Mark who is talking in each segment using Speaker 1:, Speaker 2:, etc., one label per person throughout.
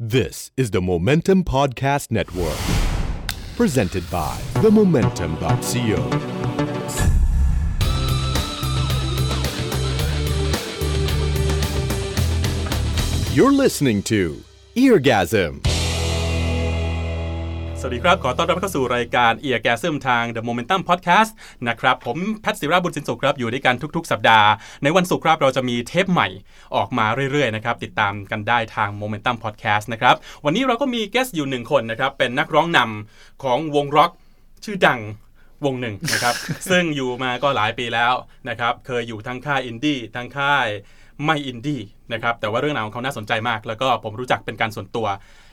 Speaker 1: This is the Momentum Podcast Network, presented by themomentum.co. You're listening to Eargasm.
Speaker 2: สวัสดีครับ ขอต้อนรับเข้าสู่รายการเอียแกซึมทาง The Momentum Podcast นะครับ ผมแพทย์ศิราบุญสินสุขครับ อยู่ด้วยกันทุก ๆ สัปดาห์ ในวันศุกร์ครับเราจะมีเทปใหม่ออกมาเรื่อย ๆ นะครับ ติดตามกันได้ทาง Momentum Podcast นะครับ วันนี้เราก็มีแกสอยู่หนึ่งคนนะครับ เป็นนักร้องนำของวงร็อกชื่อดัง วงหนึ่งนะครับ ซึ่งอยู่มาก็หลายปีแล้วนะครับ เคยอยู่ทั้งค่ายอินดี้ทั้งค่ายไม่อินดี้นะครับ แต่ว่าเรื่องราวของเขาน่าสนใจมาก แล้วก็ผมรู้จักเป็นการส่วนตัว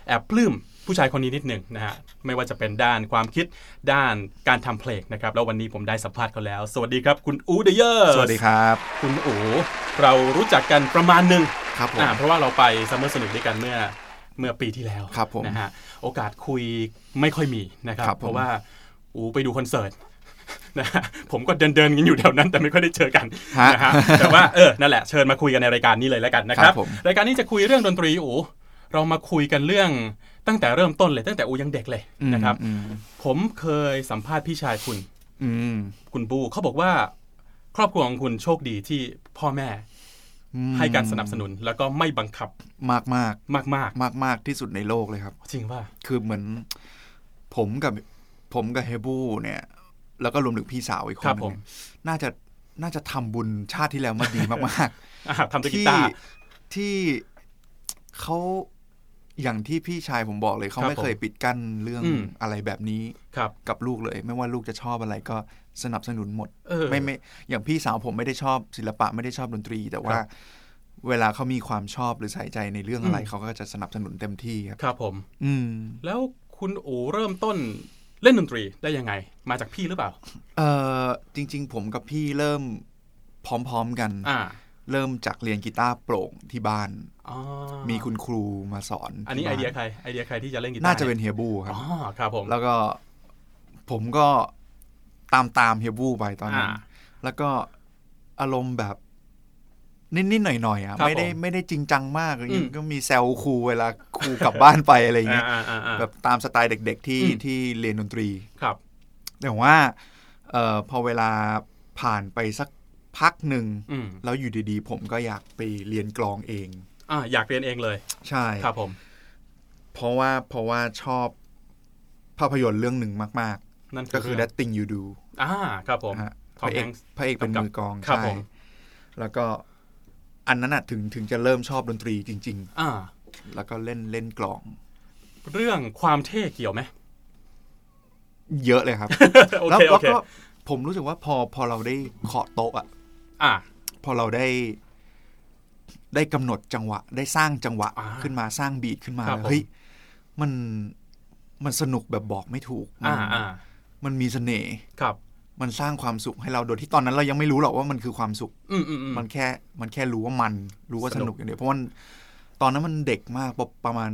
Speaker 2: แอบปลื้มผู้ชายคนนี้นิดหนึ่งนะฮะ ไม่ว่าจะเป็นด้านความคิดด้านการทำเพลงนะครับ แล้ววันนี้ผมได้สัมภาษณ์เขาแล้ว สวัสดีครับ คุณอูเดเยอร์
Speaker 3: สวัสดีครับ
Speaker 2: คุณอูเรารู้จักกันประมาณหนึ่ง
Speaker 3: ครับผม
Speaker 2: อ่าเพราะว่าเราไปซัมเมอร์สนุกด้วยกันเมื่อเมื่อปีที่แล้ว
Speaker 3: ครับผม
Speaker 2: นะฮะโอกาสคุยไม่ค่อยมีนะครับ
Speaker 3: ครับผม
Speaker 2: เพราะว่า อูไปดูคอนเสิร์ต นะฮะผมก็เดินเดินๆกันอยู่แถวนั้นแต่ไม่ค่อยได้เจอกัน
Speaker 3: ฮะ
Speaker 2: นะฮะแต่ว่าเออนั่นแหละเชิญมาคุยกันในรายการนี้เลยแล้วกันนะค
Speaker 3: ค
Speaker 2: รั
Speaker 3: รับ บผม
Speaker 2: รายการนี้จะคุยเรื่องดนตรีอูเรามาคุยกันเรื่องตั้งแต่เริ่มต้นเลยตั้งแต่อูยังเด็กเลยนะครับ
Speaker 3: อืม
Speaker 2: ผมเคยสัมภาษณ์พี่ชายคุณ
Speaker 3: อืม
Speaker 2: คุณบูเขาบอกว่า ครอบครัวของคุณโชคดีที่พ่อแม่
Speaker 3: อืม
Speaker 2: ให้การสนับสนุน แล้วก็ไม่บังคับ
Speaker 3: มากมาก
Speaker 2: มาก
Speaker 3: มากมากที่สุดในโลกเลยครับ
Speaker 2: ๆ จริงว่า
Speaker 3: คือเหมือนผมกับผมกับเฮบูเนี่ย แล้วก็รวมถึงพี่สาวอีกคน
Speaker 2: ครับ
Speaker 3: ห
Speaker 2: ผ
Speaker 3: นึ
Speaker 2: ม
Speaker 3: งน่าจะน่าจะทำบุญชาติที่แล้วมาดีมาก
Speaker 2: ทำด้วย
Speaker 3: ๆ
Speaker 2: กี
Speaker 3: ที่
Speaker 2: ตาร์
Speaker 3: ที่เขาอย่างที่พี่ชายผมบอกเลยเขา
Speaker 2: ครับ
Speaker 3: ไม่เคยปิดกั้นเรื่อง
Speaker 2: อืม
Speaker 3: อะไรแบบนี้
Speaker 2: ครับ
Speaker 3: กับลูกเลย ไม่ว่าลูกจะชอบอะไรก็สนับสนุนหมด
Speaker 2: เออ
Speaker 3: ไม่ไม่อย่างพี่สาวผมไม่ได้ชอบศิลปะไม่ได้ชอบดนตรี แต่
Speaker 2: ค
Speaker 3: ว่า
Speaker 2: รับ
Speaker 3: เวลาเขามีความชอบหรือใส่ใจในเรื่องอะไร
Speaker 2: อืม
Speaker 3: เขาก็จะสนับสนุนเต็มที่ครับ
Speaker 2: ครับผม
Speaker 3: อืม
Speaker 2: แล้วคุณอูเริ่มต้นเล่นดนตรีได้ยังไง มาจากพี่หรือเปล่า
Speaker 3: เออจริง ๆ ผมกับพี่เริ่มพร้อม ๆ กัน
Speaker 2: อ่า
Speaker 3: เริ่มจากเรียนกีตาร์โปร่งที่บ้าน
Speaker 2: อ๋อ
Speaker 3: มีคุณครูมาสอน
Speaker 2: อันนี้ไอ
Speaker 3: ที่บ้า
Speaker 2: เดียใครไอเดียใครที่จะเล่นกีตาร์
Speaker 3: น่าจะเป็นเฮียบูครั
Speaker 2: อ๋
Speaker 3: บ
Speaker 2: อครับผม
Speaker 3: แล้วก็ผมก็ตามตามเฮียบูไปตอนนั้น
Speaker 2: อ่า
Speaker 3: แล้วก็อารมณ์แบบนิดๆหน่อยๆอ่ะ
Speaker 2: ครับ
Speaker 3: ไม่ได้
Speaker 2: ผม
Speaker 3: ไม่ได้จริงจังมากอะไรเงี้ย
Speaker 2: อืม
Speaker 3: ก็มีแซวครูเวลาครูกลับบ้านไปอะไรเงี้ย
Speaker 2: อ่าอ่าอ่า
Speaker 3: แบบตามสไตล์เด็ก ๆ ที่
Speaker 2: อืม
Speaker 3: ที่เรียนดนตรี
Speaker 2: ครับ
Speaker 3: แต่ว่าเอ่อพอเวลาผ่านไปสักพักหนึ่ง
Speaker 2: อืม
Speaker 3: แล้วอยู่ดีๆ ผมก็อยากไปเรียนกลองเอง
Speaker 2: อ่าอยากเรียนเองเลย
Speaker 3: ใช่
Speaker 2: ครับผม
Speaker 3: เพราะว่าเพราะว่าชอบภาพยนตร์เรื่องหนึ่งมาก
Speaker 2: นั่น
Speaker 3: ๆ ก็คือ That Thing You Do
Speaker 2: อ่าครับผม
Speaker 3: นะฮะพ
Speaker 2: Tom
Speaker 3: ระเอก
Speaker 2: Hanks
Speaker 3: พระเอกเป็น
Speaker 2: กำกับ
Speaker 3: มือกลอง
Speaker 2: ครับ
Speaker 3: ใช่
Speaker 2: ผม
Speaker 3: แล้วก็อันนั้นน่ะถึงถึงจะเริ่มชอบดนตรีจริง
Speaker 2: อ่า
Speaker 3: ๆ แล้วก็เล่นเล่นกลอง
Speaker 2: เรื่องความเท่เกี่ยวไหม
Speaker 3: เยอะเลยครับ
Speaker 2: โอ
Speaker 3: แล้ว
Speaker 2: เคโอ
Speaker 3: แล้ว
Speaker 2: เค
Speaker 3: ก็ผมรู้สึกว่าพอพอเราได้เคาะโต๊ะอะ
Speaker 2: อ่า
Speaker 3: พอเราได้ ได้กำหนดจังหวะ ได้สร้างจังหวะ
Speaker 2: อ่า
Speaker 3: ขึ้นมาสร้างบีทขึ้นมา
Speaker 2: ครับผม
Speaker 3: เฮ้ยมันมันสนุกแบบบอกไม่ถูกมั
Speaker 2: อ่าน อ่า
Speaker 3: มันมีเสน่ห์
Speaker 2: ครับ
Speaker 3: มันสร้างความสุขให้เราโดยที่ตอนนั้นเรายังไม่รู้หรอกว่ามันคือความสุข
Speaker 2: อืมอืมอืม
Speaker 3: มันแค่มันแค่รู้ว่ามันรู้ว่า
Speaker 2: ส
Speaker 3: ส
Speaker 2: นุก
Speaker 3: นุกอย่างเดียวเพราะว่าตอนนั้นมันเด็กมากประประมาณ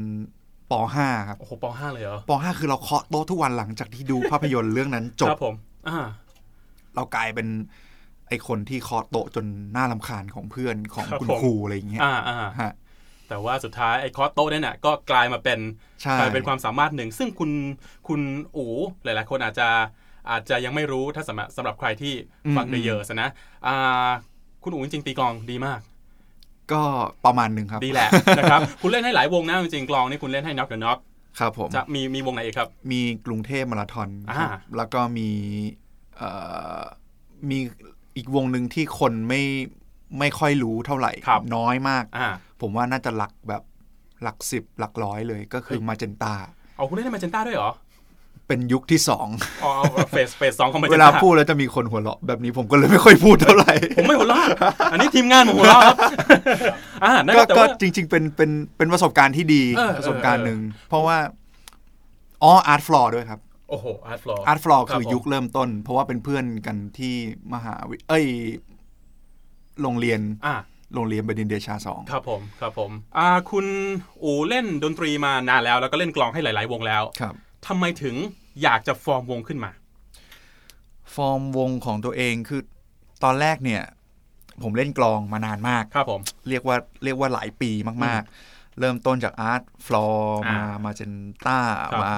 Speaker 3: ป .5 ครับ
Speaker 2: โอ้โหปห้าเลยเหรอ
Speaker 3: ป .5 คือเราเคาะโต๊ะทุกวันหลังจากที่ดู ภาพยนตร์เรื่องนั้นจบ
Speaker 2: ครับผม อ่า
Speaker 3: เรากลายเป็นไอคนที่เคาะโต๊ะจนหน้าลำคาญของเพื่อนของ
Speaker 2: ครับ
Speaker 3: คุณ
Speaker 2: ผม
Speaker 3: ครูอะไรอย่างเงี้ย
Speaker 2: อ่าอ่า
Speaker 3: ฮะ
Speaker 2: แต่ว่าสุดท้ายไอ้คอร์สโต้เนี่ยน่ะก็กลายมาเป็น
Speaker 3: ใช่
Speaker 2: กลายเป็นความสามารถหนึ่ง ซึ่งคุณคุณอูหลาย ๆ คนอาจจะอาจจะยังไม่รู้ถ้าสำหรับสำหรับใครที่ฟังได้เยอะสนะอ่าคุณอูจริงๆตีกลองดีมาก
Speaker 3: ก็ประมาณหนึ่งครับ
Speaker 2: ดีแหละ นะครับ คุณเล่นให้หลายวงนะจริงๆกลองนี่คุณเล่นให้น็อกเดอะน็อก
Speaker 3: ครับผม
Speaker 2: จะมีมีวงไหนอีกครับ
Speaker 3: มีกรุงเทพมาราธอน
Speaker 2: อ่า
Speaker 3: ครับแล้วก็มีเอ่อมีอีกวงหนึ่งที่คนไม่ไม่ค่อยรู้เท่าไหร่น้อยมาก
Speaker 2: อ่า
Speaker 3: ผมว่าน่าจะหลักแบบหลักสิบหลักร้อยเลยก็คือมาเจนตา
Speaker 2: เอาคุณเล่นในมาเจนต้าด้วยเหรอ
Speaker 3: เป็นยุคที่สอง
Speaker 2: อ๋อเอาเฟสเฟสสองของมาเจ
Speaker 3: เวน ลา
Speaker 2: ต้า
Speaker 3: พูดแล้วจะมีคนหัวเราะแบบนี้ผมก็เลยไม่ค่อยพูดเท่าไหร่
Speaker 2: ผมไม่หัวเราะอันนี้ทีมงานผมหัวเราะครับ อ่านั่น
Speaker 3: ก็
Speaker 2: ก็แต่
Speaker 3: ก็
Speaker 2: ว่า
Speaker 3: จริง ๆ เป็นเป็นเป็นประสบการณ์ที่ดี
Speaker 2: เออเออ
Speaker 3: ประสบการณ์หนึ่ง เพราะว่าอ๋ออาร์ตฟลอร์ด้วยครับ
Speaker 2: โอ้โหอาร์ตฟลอร์
Speaker 3: อาร์ตฟลอร์
Speaker 2: ครับ
Speaker 3: คือยุคเริ่มต้น เพราะว่าเป็นเพื่อนกันที่มหาวิเอ้ยโรงเรียน
Speaker 2: อ่า
Speaker 3: โรงเรียนบดินทร์เดชาสอง
Speaker 2: ครับผมครับผมอ่าคุณอูเล่นดนตรีมานานแล้ว แล้วก็เล่นกลองให้หลาย ๆ วงแล้ว
Speaker 3: ครับ
Speaker 2: ทำไมถึงอยากจะฟอร์มวงขึ้นมา
Speaker 3: ฟอร์มวงของตัวเองคือตอนแรกเนี่ย ผมเล่นกลองมานานมาก
Speaker 2: ครับผม
Speaker 3: เรียกว่าเรียกว่าหลายปีมาก เริ่มต้นจากอาร์ตฟลอร์
Speaker 2: อ่า
Speaker 3: มามาเจนต้า
Speaker 2: ครับ
Speaker 3: มา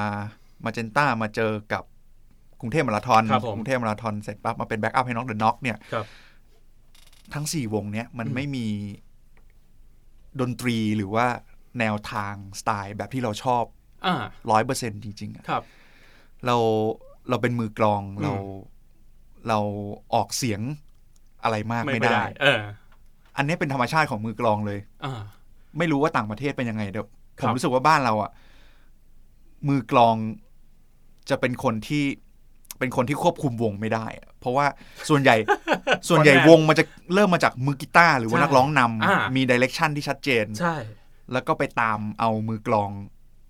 Speaker 3: มาเจนต้ามาเจอกับกรุงเทพมาราธอน
Speaker 2: ครับผม
Speaker 3: กรุงเทพมาราธอนเสร็จปั๊บมาเป็นแบ็กอัพให้น็อกเดอะน็อกเนี่ย
Speaker 2: ครับ
Speaker 3: ทั้งสี่วงเนี้ยมัน
Speaker 2: อืม
Speaker 3: ไม่มีดนตรีหรือว่าแนวทางสไตล์แบบที่เราชอบ
Speaker 2: อ่า
Speaker 3: ร้อยเปอร์เซ็นจริงๆอะ
Speaker 2: ครับ
Speaker 3: เราเราเป็นมือกลอง
Speaker 2: อืม
Speaker 3: เราเราออกเสียงอะไรมาก
Speaker 2: ไม่
Speaker 3: ไม่
Speaker 2: ไม่ได้
Speaker 3: ได้
Speaker 2: เออ
Speaker 3: อันนี้เป็นธรรมชาติของมือกลองเลย
Speaker 2: อ่า
Speaker 3: ไม่รู้ว่าต่างประเทศเป็นยังไงเดี๋ยว
Speaker 2: ค
Speaker 3: ผ
Speaker 2: รับ
Speaker 3: มรู้สึกว่าบ้านเราอ่ะมือกลองจะเป็นคนที่เป็นคนที่ควบคุมวงไม่ได้อะเพราะว่าส่วนใหญ่ ส่วนใหญ่วงมันจะเริ่มมาจากมือกีตาร์หรือว่านักร้องนำ
Speaker 2: อ่ามี
Speaker 3: มีดิเรกชันที่ชัดเจน
Speaker 2: ใช่
Speaker 3: แล้วก็ไปตามเอามือกลอง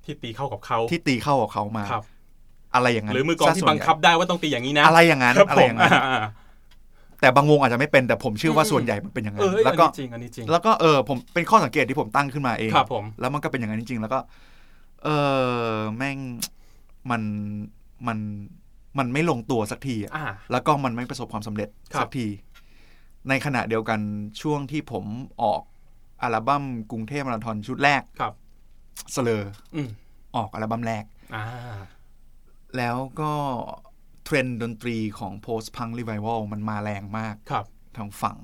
Speaker 2: ที่ตีเข้ากับเขา
Speaker 3: ที่ตีเข้าของเขามา
Speaker 2: ครับ
Speaker 3: อะไรอย่างนั้น
Speaker 2: หรือมือกลองที่
Speaker 3: ซะส่วน
Speaker 2: บัง
Speaker 3: ใหญ่
Speaker 2: คับได้ว่าต้องตีอย่างนี้นะ
Speaker 3: อะไรอย่างนั้น
Speaker 2: ครับ
Speaker 3: อะไร
Speaker 2: ผ
Speaker 3: อ
Speaker 2: ม
Speaker 3: ย่างนั้น
Speaker 2: อ่า
Speaker 3: แต่บางวงอาจจะไม่เป็นแต่ผมเชื่อว่า
Speaker 2: อืม
Speaker 3: ส่วนใหญ่มันเป็นอย่าง
Speaker 2: ๆ
Speaker 3: นั้
Speaker 2: เออน เอ้ย
Speaker 3: แล้วก็
Speaker 2: อันนี้จริงอันนี้จริง
Speaker 3: แล้วก็เออผมเป็นข้อสังเกตที่ผมตั้งขึ้นมาเอง
Speaker 2: ครับผม
Speaker 3: แล้วมันก็เป็นอย่างนั้นจริง ๆ แล้วก็ เออแม่งมันมันมันไม่ลงตัวสักทีอะ
Speaker 2: อ่า
Speaker 3: แล้วก็มันไม่ประสบความสำเร็จ
Speaker 2: ครับ
Speaker 3: สักที ในขณะเดียวกันช่วงที่ผมออกอัลบั้มกรุงเทพมาราธอนชุดแรก
Speaker 2: ครับ
Speaker 3: เสลอ
Speaker 2: อืม
Speaker 3: ออกอัลบั้มแรก
Speaker 2: อ่า
Speaker 3: แล้วก็เทรนด์ดนตรีของ post punk revival มันมาแรงมาก
Speaker 2: ครับ
Speaker 3: ทั้งฝั่ง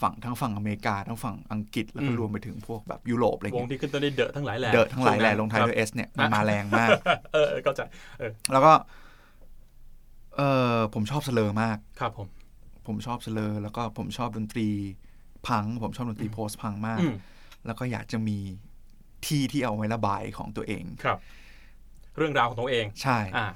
Speaker 3: ฝั่งทั้งฝั่งอเมริกา ทั้งฝั่งอังกฤษ แล้วก็
Speaker 2: อืม
Speaker 3: รวมไปถึงพวกแบบยุโรปอะไร
Speaker 2: วง
Speaker 3: เงี้ย
Speaker 2: ที่ขึ้นต้นด้วยเดอะทั้งหลายแหละ
Speaker 3: เดอะทั้งหลายแหล่ลงท้าย
Speaker 2: ครับ
Speaker 3: ด้วยเอสเนี่ยมันมาแรงมาก
Speaker 2: เออเออเข้าใจเออ
Speaker 3: แล้วก็เออผมชอบเสลอมาก
Speaker 2: ครับผม
Speaker 3: ผมชอบเสลอแล้วก็ผมชอบดนตรีพัง ผมชอบดนตรีโพสพังมาก
Speaker 2: อืม
Speaker 3: แล้วก็อยากจะมีที่ที่เอาไว้ระบายของตัวเอง
Speaker 2: ครับ เรื่องราวของตัวเอง
Speaker 3: ใช่
Speaker 2: อ่า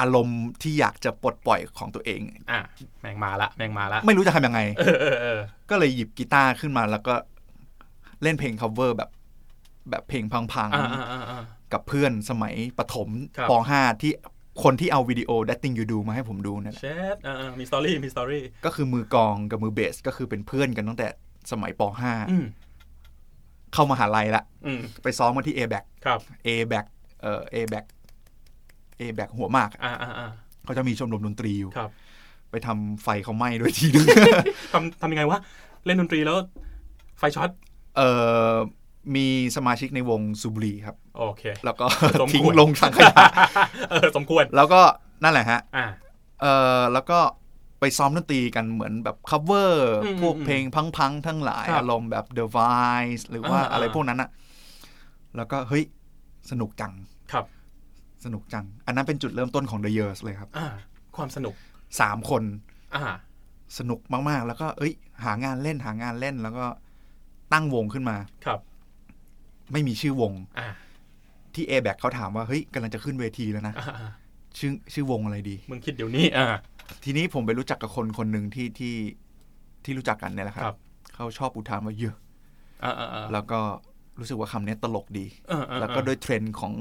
Speaker 3: อารมณ์ที่อยากจะปลดปล่อยของตัวเอง
Speaker 2: อ่า แมงมาละแมงมาละ
Speaker 3: ไม่รู้จะทำยังไง
Speaker 2: เออเออเออ
Speaker 3: ก็เลยหยิบกีตาร์ขึ้นมา แล้วก็เล่นเพลง cover แบบ แบบเพลงพัง
Speaker 2: อ่า
Speaker 3: ๆ
Speaker 2: อ่าอ่าอ่า
Speaker 3: กับเพื่อนสมัยประถม
Speaker 2: ครับ
Speaker 3: ป .5 ที่คนที่เอาวิดีโอ That Thing You Do มาให้ผมดูเนี่ยแหละ
Speaker 2: เชดอ่าอ่ามีสตอรี่มีสตอรี่
Speaker 3: ก็คือมือกลองกับมือเบสก็คือเป็นเพื่อนกันตั้งแต่สมัยป
Speaker 2: อืม
Speaker 3: .5 เข้ามาหาลัยละ
Speaker 2: อืม
Speaker 3: ไปซ้อมกันที่ A back
Speaker 2: ครับ
Speaker 3: A back เอ่อ A back A back หัวหมากอะ
Speaker 2: อ่าอ่าอ่า
Speaker 3: เขาจะมีชมรมดนตรีอยู่
Speaker 2: ครับ
Speaker 3: ไปทำไฟเขาไหม้ด้วยทีนึง
Speaker 2: ทำทำยังไงวะเล่นดนตรีแล้ว ไฟช็อต
Speaker 3: เอ่อมีสมาชิกในวงซูบรีครับ
Speaker 2: โอ เค
Speaker 3: แล้วก็
Speaker 2: สมควร
Speaker 3: ทิ้งลงถังขยะ
Speaker 2: เออสมควร
Speaker 3: แล้วก็นั่นแหละฮะ
Speaker 2: อ่า
Speaker 3: เออแล้วก็ไปซ้อมดนตรีกันเหมือนแบบ cover
Speaker 2: อืม
Speaker 3: พวก
Speaker 2: อืม
Speaker 3: เพลงพังๆ ทั้งหลาย
Speaker 2: ครับ
Speaker 3: อารมณ์แบบ The Vice หรือว่า
Speaker 2: อ่า
Speaker 3: อะไร
Speaker 2: อ่า
Speaker 3: พวกนั้นอะแล้วก็เฮ้ย สนุกจัง
Speaker 2: ครับ
Speaker 3: สนุกจัง อันนั้นเป็นจุดเริ่มต้นของ The Years เลยครับ
Speaker 2: อ่า ความสนุก
Speaker 3: สามคน
Speaker 2: อ่า
Speaker 3: สนุกมากๆ แล้วก็เอ้ย หางานเล่นหางานเล่นแล้วก็ตั้งวงขึ้นมา
Speaker 2: ครับ
Speaker 3: ไม่มีชื่อวง
Speaker 2: อ่า
Speaker 3: ที่ a b a c เขาถามว่า เฮ้ยกำลังจะขึ้นเวทีแล้วนะ
Speaker 2: อ่าอ่า
Speaker 3: ชื่อชื่อวงอะไรดี
Speaker 2: มึงคิดเดี๋ยวนี้ อ่า
Speaker 3: ทีนี้ผมไปรู้จักกับคนคนหนึ่งที่ที่ที่รู้จักกันเนี่ยแหละ
Speaker 2: ค
Speaker 3: ค
Speaker 2: รั
Speaker 3: รับ บเขาชอบอุทานว่าเยอะ
Speaker 2: อ่าอ่าอ่า
Speaker 3: แล้วก็รู้สึกว่าคำนี้ตลกดี
Speaker 2: เออเออเออ
Speaker 3: แล้วก็โดวยเทรนด์ของ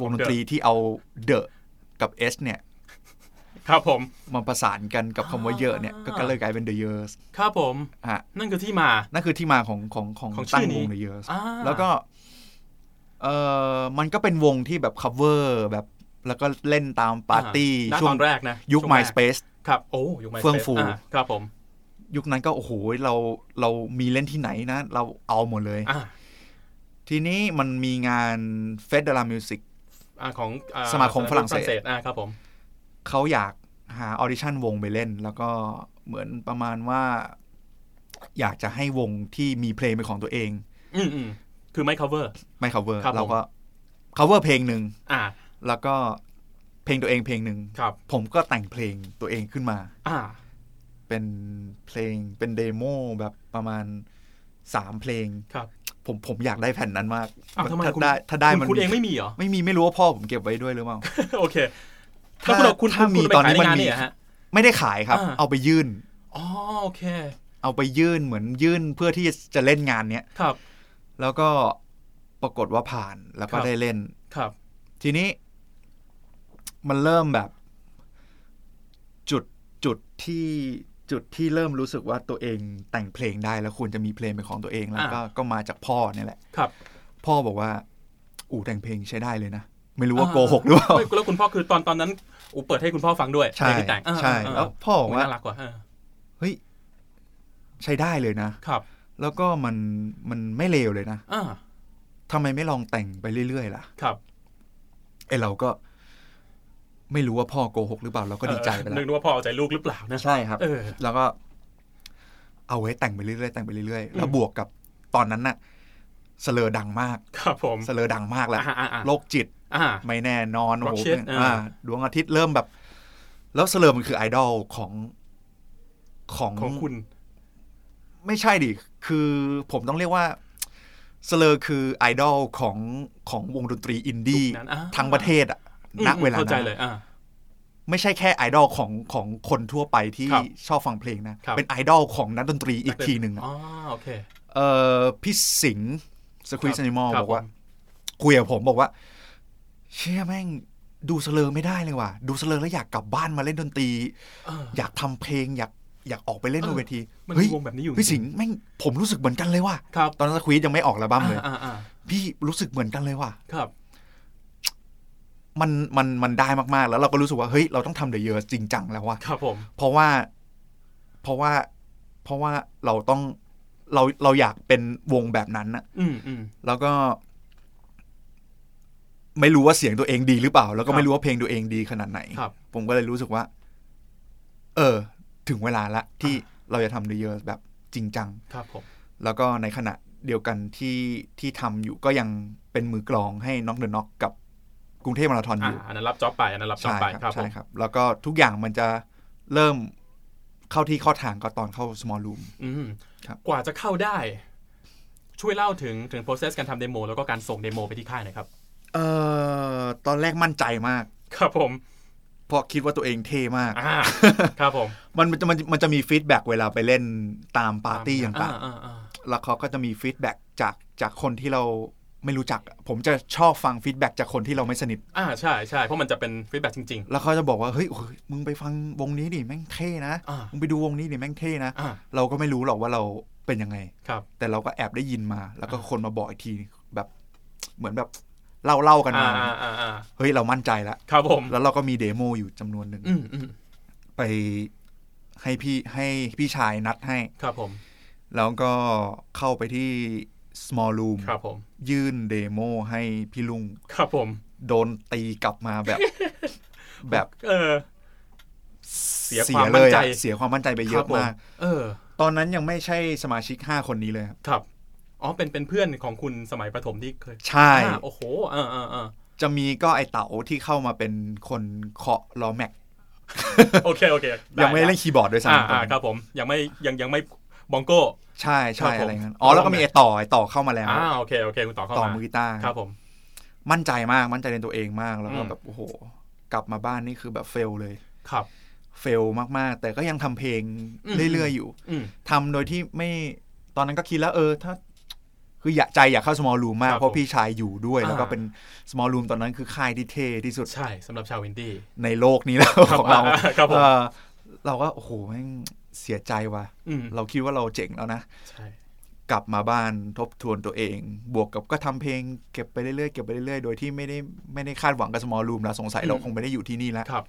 Speaker 3: วงดนตรี
Speaker 2: เดอะ
Speaker 3: ที่เอาเดอะกับเอสเนี่ย
Speaker 2: ครับผม
Speaker 3: มาประสานกันกับคำว่าเยอะเนี่ย
Speaker 2: อ่า
Speaker 3: ก็ก็เลยกลายเป็น The Years
Speaker 2: ครับผม
Speaker 3: ฮะ
Speaker 2: นั่นคือที่มา
Speaker 3: นั่นคือที่มาของของของ
Speaker 2: ของชื่
Speaker 3: ตั้
Speaker 2: อง นี้
Speaker 3: วง The Years
Speaker 2: อ่า
Speaker 3: แล้วก็เออมันก็เป็นวงที่แบบ cover แบบ แล้วก็เล่นตามปาร์ตี้
Speaker 2: อ่าณ
Speaker 3: ช่ว
Speaker 2: ต
Speaker 3: ง
Speaker 2: อนแรกนะ
Speaker 3: ยุค
Speaker 2: ช่วงแรก
Speaker 3: MySpace
Speaker 2: ครับ โอ้ยุค MySpace
Speaker 3: เฟื่องฟู
Speaker 2: าครับผม
Speaker 3: ยุคนั้นก็โอ้โหเราเรามีเล่นที่ไหนนะ เราเอาหมดเลย
Speaker 2: อ่า
Speaker 3: ทีนี้มันมีงาน f e s t i v a l Music
Speaker 2: อ่าของอ่
Speaker 3: สมาคมฝรั่งเศส
Speaker 2: อ่าครับผม
Speaker 3: เขาอยากหาออดิชั่นวงไปเล่น แล้วก็เหมือนประมาณว่า อยากจะให้วงที่มีเพลงเป็นของตัวเอง
Speaker 2: อืมอืมคือไม่ cover
Speaker 3: ไม่ cover
Speaker 2: ครับผม
Speaker 3: เราก็ cover เพลงหนึ่ง
Speaker 2: อ่า
Speaker 3: แล้วก็เพลงตัวเองเพลงหนึ่ง
Speaker 2: ครับ
Speaker 3: ผมก็แต่งเพลงตัวเองขึ้นมา
Speaker 2: อ่า
Speaker 3: เป็นเพลงเป็นเดโมแบบประมาณสามเพลง
Speaker 2: ครับ
Speaker 3: ผมผมอยากได้แผ่นนั้นมาก
Speaker 2: อ้าวทำไม
Speaker 3: ถ้า
Speaker 2: คุณ
Speaker 3: ได้ถ้าได้
Speaker 2: คุณ
Speaker 3: มัน
Speaker 2: คุณเองไม่มีเหร อ
Speaker 3: ไม่มีไม่รู้ว่าพ่อผมเก็บไว้ด้วยหรือเปล่า
Speaker 2: โอเค
Speaker 3: ถ้า
Speaker 2: แล้วคุณเอคุณ
Speaker 3: ถ้ามี
Speaker 2: คุณไป
Speaker 3: ตอนนี้
Speaker 2: ขายใงา
Speaker 3: มันมี
Speaker 2: เยฮะ
Speaker 3: ไม่ได้ขายครับ
Speaker 2: อ่า
Speaker 3: เอาไปยื่น
Speaker 2: อ๋อโอเค
Speaker 3: เอาไปยื่นเหมือนยื่นเพื่อที่จะเล่นงานเนี้ย
Speaker 2: ครับ
Speaker 3: แล้วก็ปรากฏว่าผ่านแล้วก็
Speaker 2: ครับ
Speaker 3: ได้เล่น
Speaker 2: ครับ
Speaker 3: ทีนี้ มันเริ่มแบบ จุดจุดที่จุดที่เริ่มรู้สึกว่าตัวเองแต่งเพลงได้แล้วควรจะมีเพลงเป็นของตัวเองแล้วก็ก็มาจากพ่อเนี่ยแหละ
Speaker 2: ครับ
Speaker 3: พ่อบอกว่า อู่แต่งเพลงใช้ได้เลยนะ ไม่รู้ว่าโกหกหรือเปล่า
Speaker 2: ไม่แล้วคุณพ่อคือตอนตอนนั้นอูเปิดให้คุณพ่อฟังด้วย
Speaker 3: ใช่
Speaker 2: เพลงที่แต่ง
Speaker 3: ใช่
Speaker 2: อ่าาา
Speaker 3: แล้วพ่อบอก
Speaker 2: โย
Speaker 3: ว่า
Speaker 2: น่ารักกว่าเออ
Speaker 3: เฮ้ยใช้ได้เลยนะ
Speaker 2: ครับ
Speaker 3: แล้วก็มันมันไม่เลวเลยนะ
Speaker 2: อ่า
Speaker 3: ทำไมไม่ลองแต่งไปเรื่อยๆล่ะ
Speaker 2: ครับ
Speaker 3: ไอเราก็ ไม่รู้ว่าพ่อโกหกหรือเปล่าเราก็ดีใจไป
Speaker 2: เออ
Speaker 3: แล้
Speaker 2: นึ
Speaker 3: ว
Speaker 2: กว่าพ่อเอาใจลูกหรือเปล่านะ
Speaker 3: ใช่ครับ
Speaker 2: เออ
Speaker 3: แล้วก็ เอาไว้แต่งไปเรื่อยๆแต่งไปเรื่อยๆแล้วบวกกับตอนนั้นน่ะเสลอดังมาก
Speaker 2: ครับผม
Speaker 3: เสลอดังมากแล้ว
Speaker 2: อ่าๆๆ
Speaker 3: โรคจิต
Speaker 2: อ่า
Speaker 3: ไม่แน่นอนโอ้โห
Speaker 2: Rock shit
Speaker 3: เนี่ย
Speaker 2: อ่า
Speaker 3: อ่าดวงอาทิตย์เริ่มแบบ แล้วเสลอมันคือไอดอลของของ
Speaker 2: ของคุณ
Speaker 3: ไม่ใช่ดิ คือผมต้องเรียกว่าเสลอคือไอดอลของของวงดนตรีอินดี้
Speaker 2: นั้นอ่า
Speaker 3: ทั้งประเทศอะ
Speaker 2: อืม
Speaker 3: ณเวลา
Speaker 2: เข้าใจ
Speaker 3: นั้น
Speaker 2: เลยอ่า
Speaker 3: ไม่ใช่แค่ไอดอลของของคนทั่วไปที่
Speaker 2: ครับ
Speaker 3: ชอบฟังเพลงนะ
Speaker 2: ครับ
Speaker 3: เป็นไอดอลของนักดนตรีอีกทีหนึ่งอะ
Speaker 2: อ๋อโอเค
Speaker 3: เออพี่สิงห์สควิชแอนิมอล
Speaker 2: ครับ
Speaker 3: บอกว่า
Speaker 2: ผม
Speaker 3: คุยกับผมบอกว่า เชี่ยแม่ง ดูเสลอไม่ได้เลยว่ะดูเสลอแล้วอยากกลับบ้านมาเล่นดนตรี
Speaker 2: เออ
Speaker 3: อยากทำเพลงอยากอยากออกไปเล่นบนเวที
Speaker 2: มัน
Speaker 3: เฮ้
Speaker 2: มี
Speaker 3: ยว
Speaker 2: งแบบนี้อยู่
Speaker 3: พี่สิงห์แม่งผมรู้สึกเหมือนกันเลยว่ะ
Speaker 2: ครับ
Speaker 3: ตอนนั้นสควีดยังไม่ออกระบ้าเลย
Speaker 2: อ่าอ่า
Speaker 3: พี่รู้สึกเหมือนกันเลยว่ะ
Speaker 2: ครับ
Speaker 3: มันมันมันได้มากๆ แล้วเราก็รู้สึกว่าเฮ้ยเราต้องทำเดอะเยอจริงจังแล้วว่ะ
Speaker 2: ครับผม
Speaker 3: เพราะว่าเพราะว่าเพราะว่าเราต้องเราเราอยากเป็นวงแบบนั้นนะ
Speaker 2: อืมอืม
Speaker 3: แล้วก็ ไม่รู้ว่าเสียงตัวเองดีหรือเปล่า แล้ว
Speaker 2: ค
Speaker 3: ก็
Speaker 2: รับ
Speaker 3: ไม่รู้ว่าเพลงตัวเองดีขนาดไหน
Speaker 2: ครับ
Speaker 3: ผมก็เลยรู้สึกว่า เออ ถึงเวลาละที่เราจะทำเดอะเยอแบบจริงจัง
Speaker 2: ครับผม
Speaker 3: แล้วก็ในขณะเดียวกันที่ที่ทำอยู่ก็ยังเป็นมือกลองให้น็อกเดอะน็อกกับกรุงเทพมาราธอนอ
Speaker 2: อ่า
Speaker 3: ยู่
Speaker 2: อันนั้นรับจ็อบไปอันนั้นรับจ็อบ
Speaker 3: ใช่
Speaker 2: ไป
Speaker 3: ค
Speaker 2: ครั
Speaker 3: รับ
Speaker 2: ผ
Speaker 3: บใช่
Speaker 2: ม
Speaker 3: ครับ แล้วก็ทุกอย่างมันจะเริ่มเข้าที่เข้าทางก็ตอนเข้า small room
Speaker 2: อืม
Speaker 3: ครับ
Speaker 2: กว่าจะเข้าได้ ช่วยเล่าถึงถึง process การทำเดโมแล้วก็การส่งเดโมไปที่ค่ายหน่อยครับ
Speaker 3: เอ่อตอนแรกมั่นใจมาก
Speaker 2: ครับผม
Speaker 3: เพราะคิดว่าตัวเองเท่มาก
Speaker 2: อ่า ครับผม
Speaker 3: มันมันจะมันมันจะมีฟีดแบ็กเวลาไปเล่นตามปาร์ตี้ต่าง
Speaker 2: อ่อ่อ่า
Speaker 3: ๆ แล้วเขาก็จะมีฟีดแบ็กจากจากคนที่เราไม่รู้จัก ผมจะชอบฟังฟีดแบ็กจากคนที่เราไม่สนิท
Speaker 2: อ่าใช่ใช่เพราะมันจะเป็น feedback จริง
Speaker 3: แล้วเขาจะบอกว่าเฮ้ยโอ้ยมึงไปฟังวงนี้ดิแม่งเท่นะ
Speaker 2: อ่ามึ
Speaker 3: มึงไปดูวงนี้ดิแม่งเท่นะ
Speaker 2: ๆ อ่า
Speaker 3: เราก็ไม่รู้หรอกว่าเราเป็นยังไง
Speaker 2: ครับ
Speaker 3: แต่เราก็แอบได้ยินมา แล้วก็คนมาบอกอีกทีแบบเหมือนแบบเล่าเล่าๆกัน
Speaker 2: อ่า
Speaker 3: มา
Speaker 2: อ่าอ่าอ่า
Speaker 3: เฮ้ยเรามั่นใจแล้ว
Speaker 2: ครับผม
Speaker 3: แล้วเราก็มีเดโมอยู่จำนวนหนึ่ง
Speaker 2: อืมอืม
Speaker 3: ไปให้พี่ให้พี่ชายนัดให้
Speaker 2: ครับผม
Speaker 3: แล้วก็เข้าไปที่ small room
Speaker 2: ครับผม
Speaker 3: ยื่นเดโมให้พี่ลุง
Speaker 2: ครับผม
Speaker 3: โดนตีกลับมาแบบ แบบ
Speaker 2: เออ เสียความมั่นใจ
Speaker 3: เสียเลยอะเสียความมั่นใจไปเย
Speaker 2: ครั
Speaker 3: อะ
Speaker 2: บผม
Speaker 3: าก
Speaker 2: เออ
Speaker 3: ตอนนั้นยังไม่ใช่สมาชิก 5 คนนี้เลยครับ
Speaker 2: ครับ อ๋อ เป็น เป็นเพื่อนของคุณสมัยประถมที่เคย
Speaker 3: ใช่
Speaker 2: อ่าโอ้โหอ่าอ่าอ่า
Speaker 3: จะมีก็ไอเต๋าที่เข้ามาเป็นคนเคาะล้อแม็ก
Speaker 2: โอเค โอเค
Speaker 3: ยังไม่ได้เล่นคีย์บอร์ดด้วย
Speaker 2: อ่า
Speaker 3: ซ้ำ
Speaker 2: อ่า ครับผม ยังไม่ ยัง ยังไม่บองโก้
Speaker 3: ใช่
Speaker 2: ครั
Speaker 3: ใช่
Speaker 2: บผม
Speaker 3: อะไรเงี้ยอ๋อแล้วก็มีไอต่อไอต่อเข้ามาแล้ว
Speaker 2: อ่า โอเค โอเค คุณต่อเข้า
Speaker 3: ต่อ
Speaker 2: มา
Speaker 3: มือกีตาร์
Speaker 2: ครับผม
Speaker 3: มั่นใจมากมั่นใจในตัวเองมากแล้วก็
Speaker 2: อืม
Speaker 3: แบบโอ้โห กลับมาบ้านนี่คือแบบเฟลเลย
Speaker 2: ครับ
Speaker 3: เฟลมากๆ แต่ก็ยังทำเพลง
Speaker 2: อืม
Speaker 3: เรื่อยๆอยู่
Speaker 2: อืม
Speaker 3: ทำโดยที่ไม่ตอนนั้นก็คิดแล้วเออถ้า คืออยากใจอยากเข้า small room มา
Speaker 2: ค
Speaker 3: ก
Speaker 2: รับ
Speaker 3: เพราะพี่ชายอยู่ด้วย แล้วก็
Speaker 2: อ่า
Speaker 3: เป็น small room ตอนนั้นคือค่ายที่เท่ที่สุด
Speaker 2: ใช่สำหรับชาววินดี้
Speaker 3: ในโลกนี้แล้ว
Speaker 2: ครับ
Speaker 3: ของเรา
Speaker 2: อ่า ครับผม
Speaker 3: เออเราก็โอ้โหแม่งเสียใจว่ะ
Speaker 2: อืม
Speaker 3: เราคิดว่าเราเจ๋งแล้วนะ
Speaker 2: ใช่
Speaker 3: กลับมาบ้านทบทวนตัวเอง บวกกับก็ทำเพลงเก็บไปเรื่อยๆเก็บไปเรื่อยๆ โดยที่ไม่ได้ไม่ได้คาดหวังกับสมอลรูมแล้วสงสัยเรา
Speaker 2: อืม
Speaker 3: คงไม่ได้อยู่ที่นี่แล้ว
Speaker 2: ครับ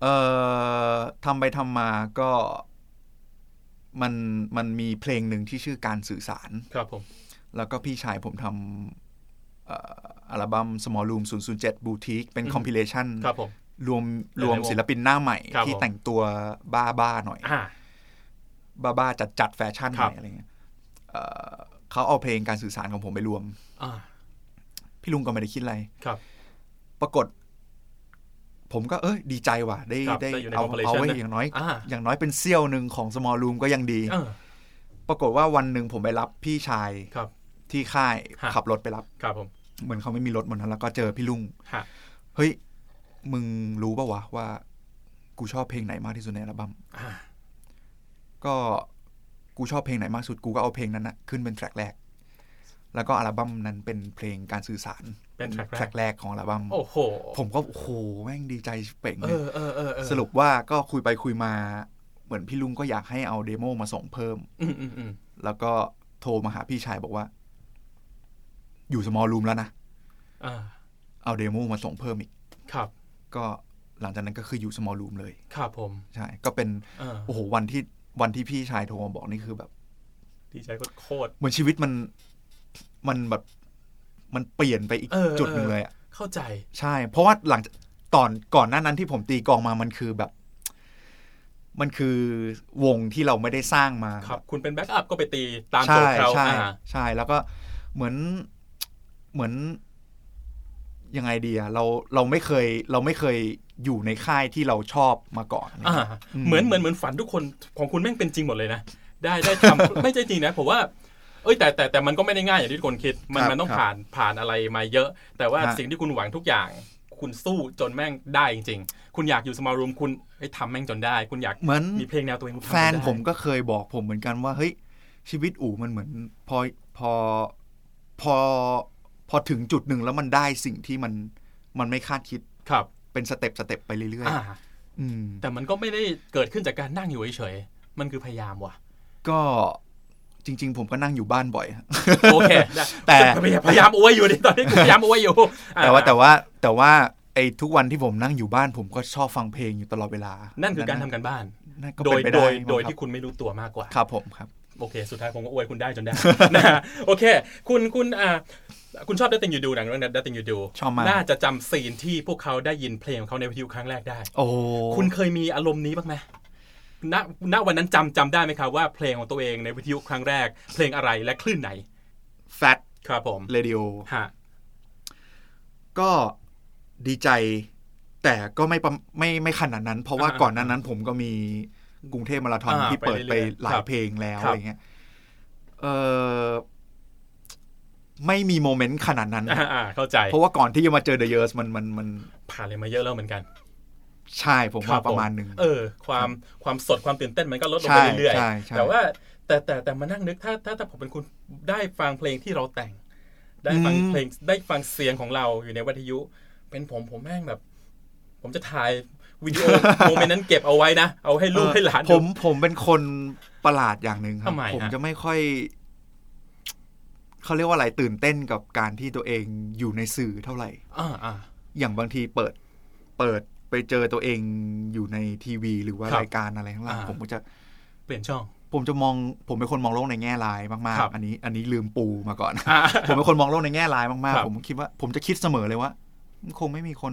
Speaker 3: เอ่อทำไปทำมาก็มันมันมีเพลงหนึ่งที่ชื่อการสื่อสาร
Speaker 2: ครับผม
Speaker 3: แล้วก็พี่ชายผมทำเอ่ออัลบั้ม Small Room 007 Boutique เป็น
Speaker 2: อืม
Speaker 3: คอมพิเลชัน
Speaker 2: ครับผม
Speaker 3: รวมรวมศิลปินหน้าใหม่
Speaker 2: ครับ
Speaker 3: ที่
Speaker 2: ผม
Speaker 3: แต่งตัวบ้าบ้าๆหน่อย
Speaker 2: อ่า
Speaker 3: บ้าบ้าจัดจัดๆแฟชั่นห
Speaker 2: ครั
Speaker 3: น่อบ ยอะไรเงี้ยเอ่อเขาเอาเพลงการสื่อสารของผมไปรวม
Speaker 2: อ่า
Speaker 3: พี่ลุงก็ไม่ได้คิดอะไร
Speaker 2: ครับ
Speaker 3: ปรากฏ ผมก็เอ้ยดีใจว่ะ ได้
Speaker 2: ครับ
Speaker 3: ได้
Speaker 2: ได้อยู่ใน
Speaker 3: เอา
Speaker 2: compilation
Speaker 3: เอาไว้
Speaker 2: นะ
Speaker 3: อย่างน้อย
Speaker 2: อ่า
Speaker 3: อย่างน้อยเป็นเซี่ยวหนึ่งของ small room ก็ยังดี
Speaker 2: เออ
Speaker 3: ปรากฏว่าวันหนึ่งผมไปรับพี่ชาย
Speaker 2: ครับ
Speaker 3: ที่ค่าย
Speaker 2: ฮะ
Speaker 3: ขับรถไปรับ
Speaker 2: ครับผม
Speaker 3: เหมือนเขาไม่มีรถวันนั้นแล้วก็เจอพี่ลุง
Speaker 2: ฮะ
Speaker 3: เฮ้ย มึงรู้ป่าวะว่า กูชอบเพลงไหนมากที่สุดในอัลบั้ม
Speaker 2: อ่า
Speaker 3: ก็กูชอบเพลงไหนมากสุดกูก็เอาเพลงนั้นนะขึ้นเป็นแทร็กแรก แล้วก็อัลบั้มนั้นเป็นเพลงการสื่อสาร
Speaker 2: เป็นแทร็กแรก
Speaker 3: แทร็กแรกของอัลบั้ม
Speaker 2: โอ้โห
Speaker 3: ผมก็โอ้โหแม่งดีใจเป่ง
Speaker 2: เอ
Speaker 3: เลย
Speaker 2: อเออเออเออ
Speaker 3: สรุปว่าก็คุยไปคุยมาเหมือนพี่ลุงก็อยากให้เอาเดโมมาส่งเพิ่ม
Speaker 2: อืมอืมอืม
Speaker 3: แล้วก็โทรมาหาพี่ชายบอกว่า อยู่สมอลรูมแล้วนะ
Speaker 2: อ่า
Speaker 3: เอาเดโมมาส่งเพิ่มอีก
Speaker 2: ครับ
Speaker 3: ก็หลังจากนั้นก็คืออยู่สมอลรูมเลย
Speaker 2: ครับผม
Speaker 3: ใช่ ก็เป็น
Speaker 2: เออ
Speaker 3: โอ้โหวันที่วันที่พี่ชายโทรมาบอกนี่คือแบบ
Speaker 2: ดีใจโคตร
Speaker 3: เหมือนชีวิตมันมันแบบมันเปลี่ยนไปอีก
Speaker 2: เออ
Speaker 3: จุดหนึ่งเลยอะ
Speaker 2: ๆเข้าใจ
Speaker 3: ใช่ เพราะว่าหลังจากตอนก่อนหน้านั้นที่ผมตีกลองมามันคือแบบ มันคือวงที่เราไม่ได้สร้างมา
Speaker 2: ครับ คุณเป็นแบ็กอัพก็ไปตีตามโจ
Speaker 3: ใช่
Speaker 2: ทย์เขา
Speaker 3: ใช่
Speaker 2: อ่า
Speaker 3: ใช่แล้วก็เหมือนเหมือนยังไงดีอะเราเราไม่เคย เราไม่เคยอยู่ในค่ายที่เราชอบมาก่อน
Speaker 2: อ่า
Speaker 3: อืม
Speaker 2: เหมือนเหมือนเหมือนฝันทุกคนของคุณแม่งเป็นจริงหมดเลยนะ ได้ได้ทำ ไม่ใช่จริงนะผมว่า เอ้ยแต่แต่แต่มันก็ไม่ได้ง่ายอย่างที่ทุกคนคิดมัน
Speaker 3: ครับ
Speaker 2: มันต้อง
Speaker 3: ครับ
Speaker 2: ผ่านผ่านอะไรมาเยอะ แต่ว่า
Speaker 3: ฮะ
Speaker 2: สิ่งที่คุณหวังทุกอย่าง คุณสู้จนแม่งได้จริงๆ คุณอยากอยู่สมารูมคุณเอ้ยทำแม่งจนได้ คุณอยาก
Speaker 3: เหมือน
Speaker 2: มีเพลงแนวตัวเองคุณทำจ
Speaker 3: แฟ
Speaker 2: ได้
Speaker 3: นผมก็เคยบอกผมเหมือนกันว่า เฮ้ย ชีวิตอู๋มันเหมือน พอพอพอพอถึงจุดหนึ่งแล้วมันได้สิ่งที่มันมันไม่คาดคิด
Speaker 2: ครับ
Speaker 3: เป็นสเต็ปสเต็ปไปเรื่อย
Speaker 2: อ่า
Speaker 3: ๆอืม
Speaker 2: แต่มันก็ไม่ได้เกิดขึ้นจากการนั่งอยู่เฉยๆมันคือพยายามว่ะ
Speaker 3: ก็จริง ๆ ผมก็นั่งอยู่บ้านบ่อยฮะ
Speaker 2: โอเคได้
Speaker 3: แต่
Speaker 2: พยายามอวยอยู่ดิตอนนี้กูพยายามอวยอยู่อ่
Speaker 3: แต่ว่าแต่ว่าแต่ว่าไอ้ทุกวันที่ผมนั่งอยู่บ้านผมก็ชอบฟังเพลงอยู่ตลอดเวลา
Speaker 2: นั่
Speaker 3: นั่
Speaker 2: นคือการทำการบ้าน
Speaker 3: นก็
Speaker 2: โด
Speaker 3: เป็
Speaker 2: ย
Speaker 3: นไป
Speaker 2: โด
Speaker 3: ได้
Speaker 2: ยโดย
Speaker 3: มั้ง
Speaker 2: ที่คุณไม่รู้ตัวมากกว่า
Speaker 3: ครับผมครับ
Speaker 2: โอเค สุดท้ายผมก็อวยคุณได้จนได้ นะฮะโอเค คุณคุณอ่าคุณชอบ Nothing You Do หนังเรื่อง Nothing You Do
Speaker 3: ชอบมาก
Speaker 2: น่าจะจำซีนที่พวกเขาได้ยินเพลงของเขาในวิทยุครั้งแรกได้
Speaker 3: โอ้
Speaker 2: คุณเคยมีอารมณ์นี้บ้างไหมณณวันนั้นจำจำได้ไหมครับว่าเพลงของตัวเองในวิทยุครั้งแรก เพลงอะไรและคลื่นไหน
Speaker 3: แฟต
Speaker 2: ครับผม
Speaker 3: เรดิโอ
Speaker 2: ฮะ
Speaker 3: ก็ดีใจแต่ก็ไม่ประไม่ไม่ขนาดนั้น เพราะว่าก่อนหนั้นนั้น ผมก็มีกรุงเทพมาราธอน
Speaker 2: อ่า
Speaker 3: ที่เปิดไป
Speaker 2: รื่อๆ
Speaker 3: หลา
Speaker 2: ค
Speaker 3: ย
Speaker 2: รับ
Speaker 3: เพลงแล้ว
Speaker 2: ครั
Speaker 3: อะ
Speaker 2: บ
Speaker 3: ไรเงี้ยเออไม่มีโมเมนต์ขนาดนั้น
Speaker 2: อ่าอ่าเข้าใจ
Speaker 3: เพราะว่าก่อนที่จะมาเจอเดอะเยอร์สมันมันมัน
Speaker 2: ผ่านอะไรมาเยอะแล้วเหมือนกัน
Speaker 3: ใช่ผม
Speaker 2: ค
Speaker 3: ว่า
Speaker 2: บ
Speaker 3: ประมาณหนึ่ง
Speaker 2: เออ ความความสดความตื่นเต้นมันก็ลดลง
Speaker 3: ใช่
Speaker 2: ไปเรื่อย
Speaker 3: ใช่
Speaker 2: ๆ
Speaker 3: ใช่
Speaker 2: แต่ว่าแต่แต่แต่มานั่งนึกถ้าถ้าถ้าผมเป็นคุณได้ฟังเพลงที่เราแต่ง ได้ฟังเพลงได้ฟังเสียงของเราอยู่ในวิทยุ เป็นผมผมแม่งแบบ ผมจะถ่ายวิ ดีโอ โมเมนต์นั้นเก็บเอาไว้นะ เอาให้ลูกให้หลาน
Speaker 3: ผ
Speaker 2: ดู
Speaker 3: มผมเป็นคนประหลาดอย่างหนึ่งครับ
Speaker 2: ทำไมฮะ
Speaker 3: ผมจะไม่ค่อย เขาเรียกว่าอะไรตื่นเต้นกับการที่ตัวเองอยู่ในสื่อเท่าไหร่
Speaker 2: อ่าอ่า
Speaker 3: อย่างบางทีเปิดเปิดไปเจอตัวเองอยู่ในทีวี หรือว่า
Speaker 2: ครับ
Speaker 3: รายการอะไรทั้งหลาย
Speaker 2: อ่า
Speaker 3: ผมก็จะ
Speaker 2: เปลี่ยนช่อง
Speaker 3: ผมจะมอง ผมเป็นคนมองโลกในแง่ร้ายมาก
Speaker 2: ครับ
Speaker 3: ๆ อันนี้ อันนี้ลืมปูมาก่อน
Speaker 2: อ่า
Speaker 3: ผมเป็นคนมองโลกในแง่ร้ายมา
Speaker 2: ค
Speaker 3: ก
Speaker 2: รับ
Speaker 3: ๆ ผมคิดว่า ผมจะคิดเสมอเลยว่าคงไม่มีคน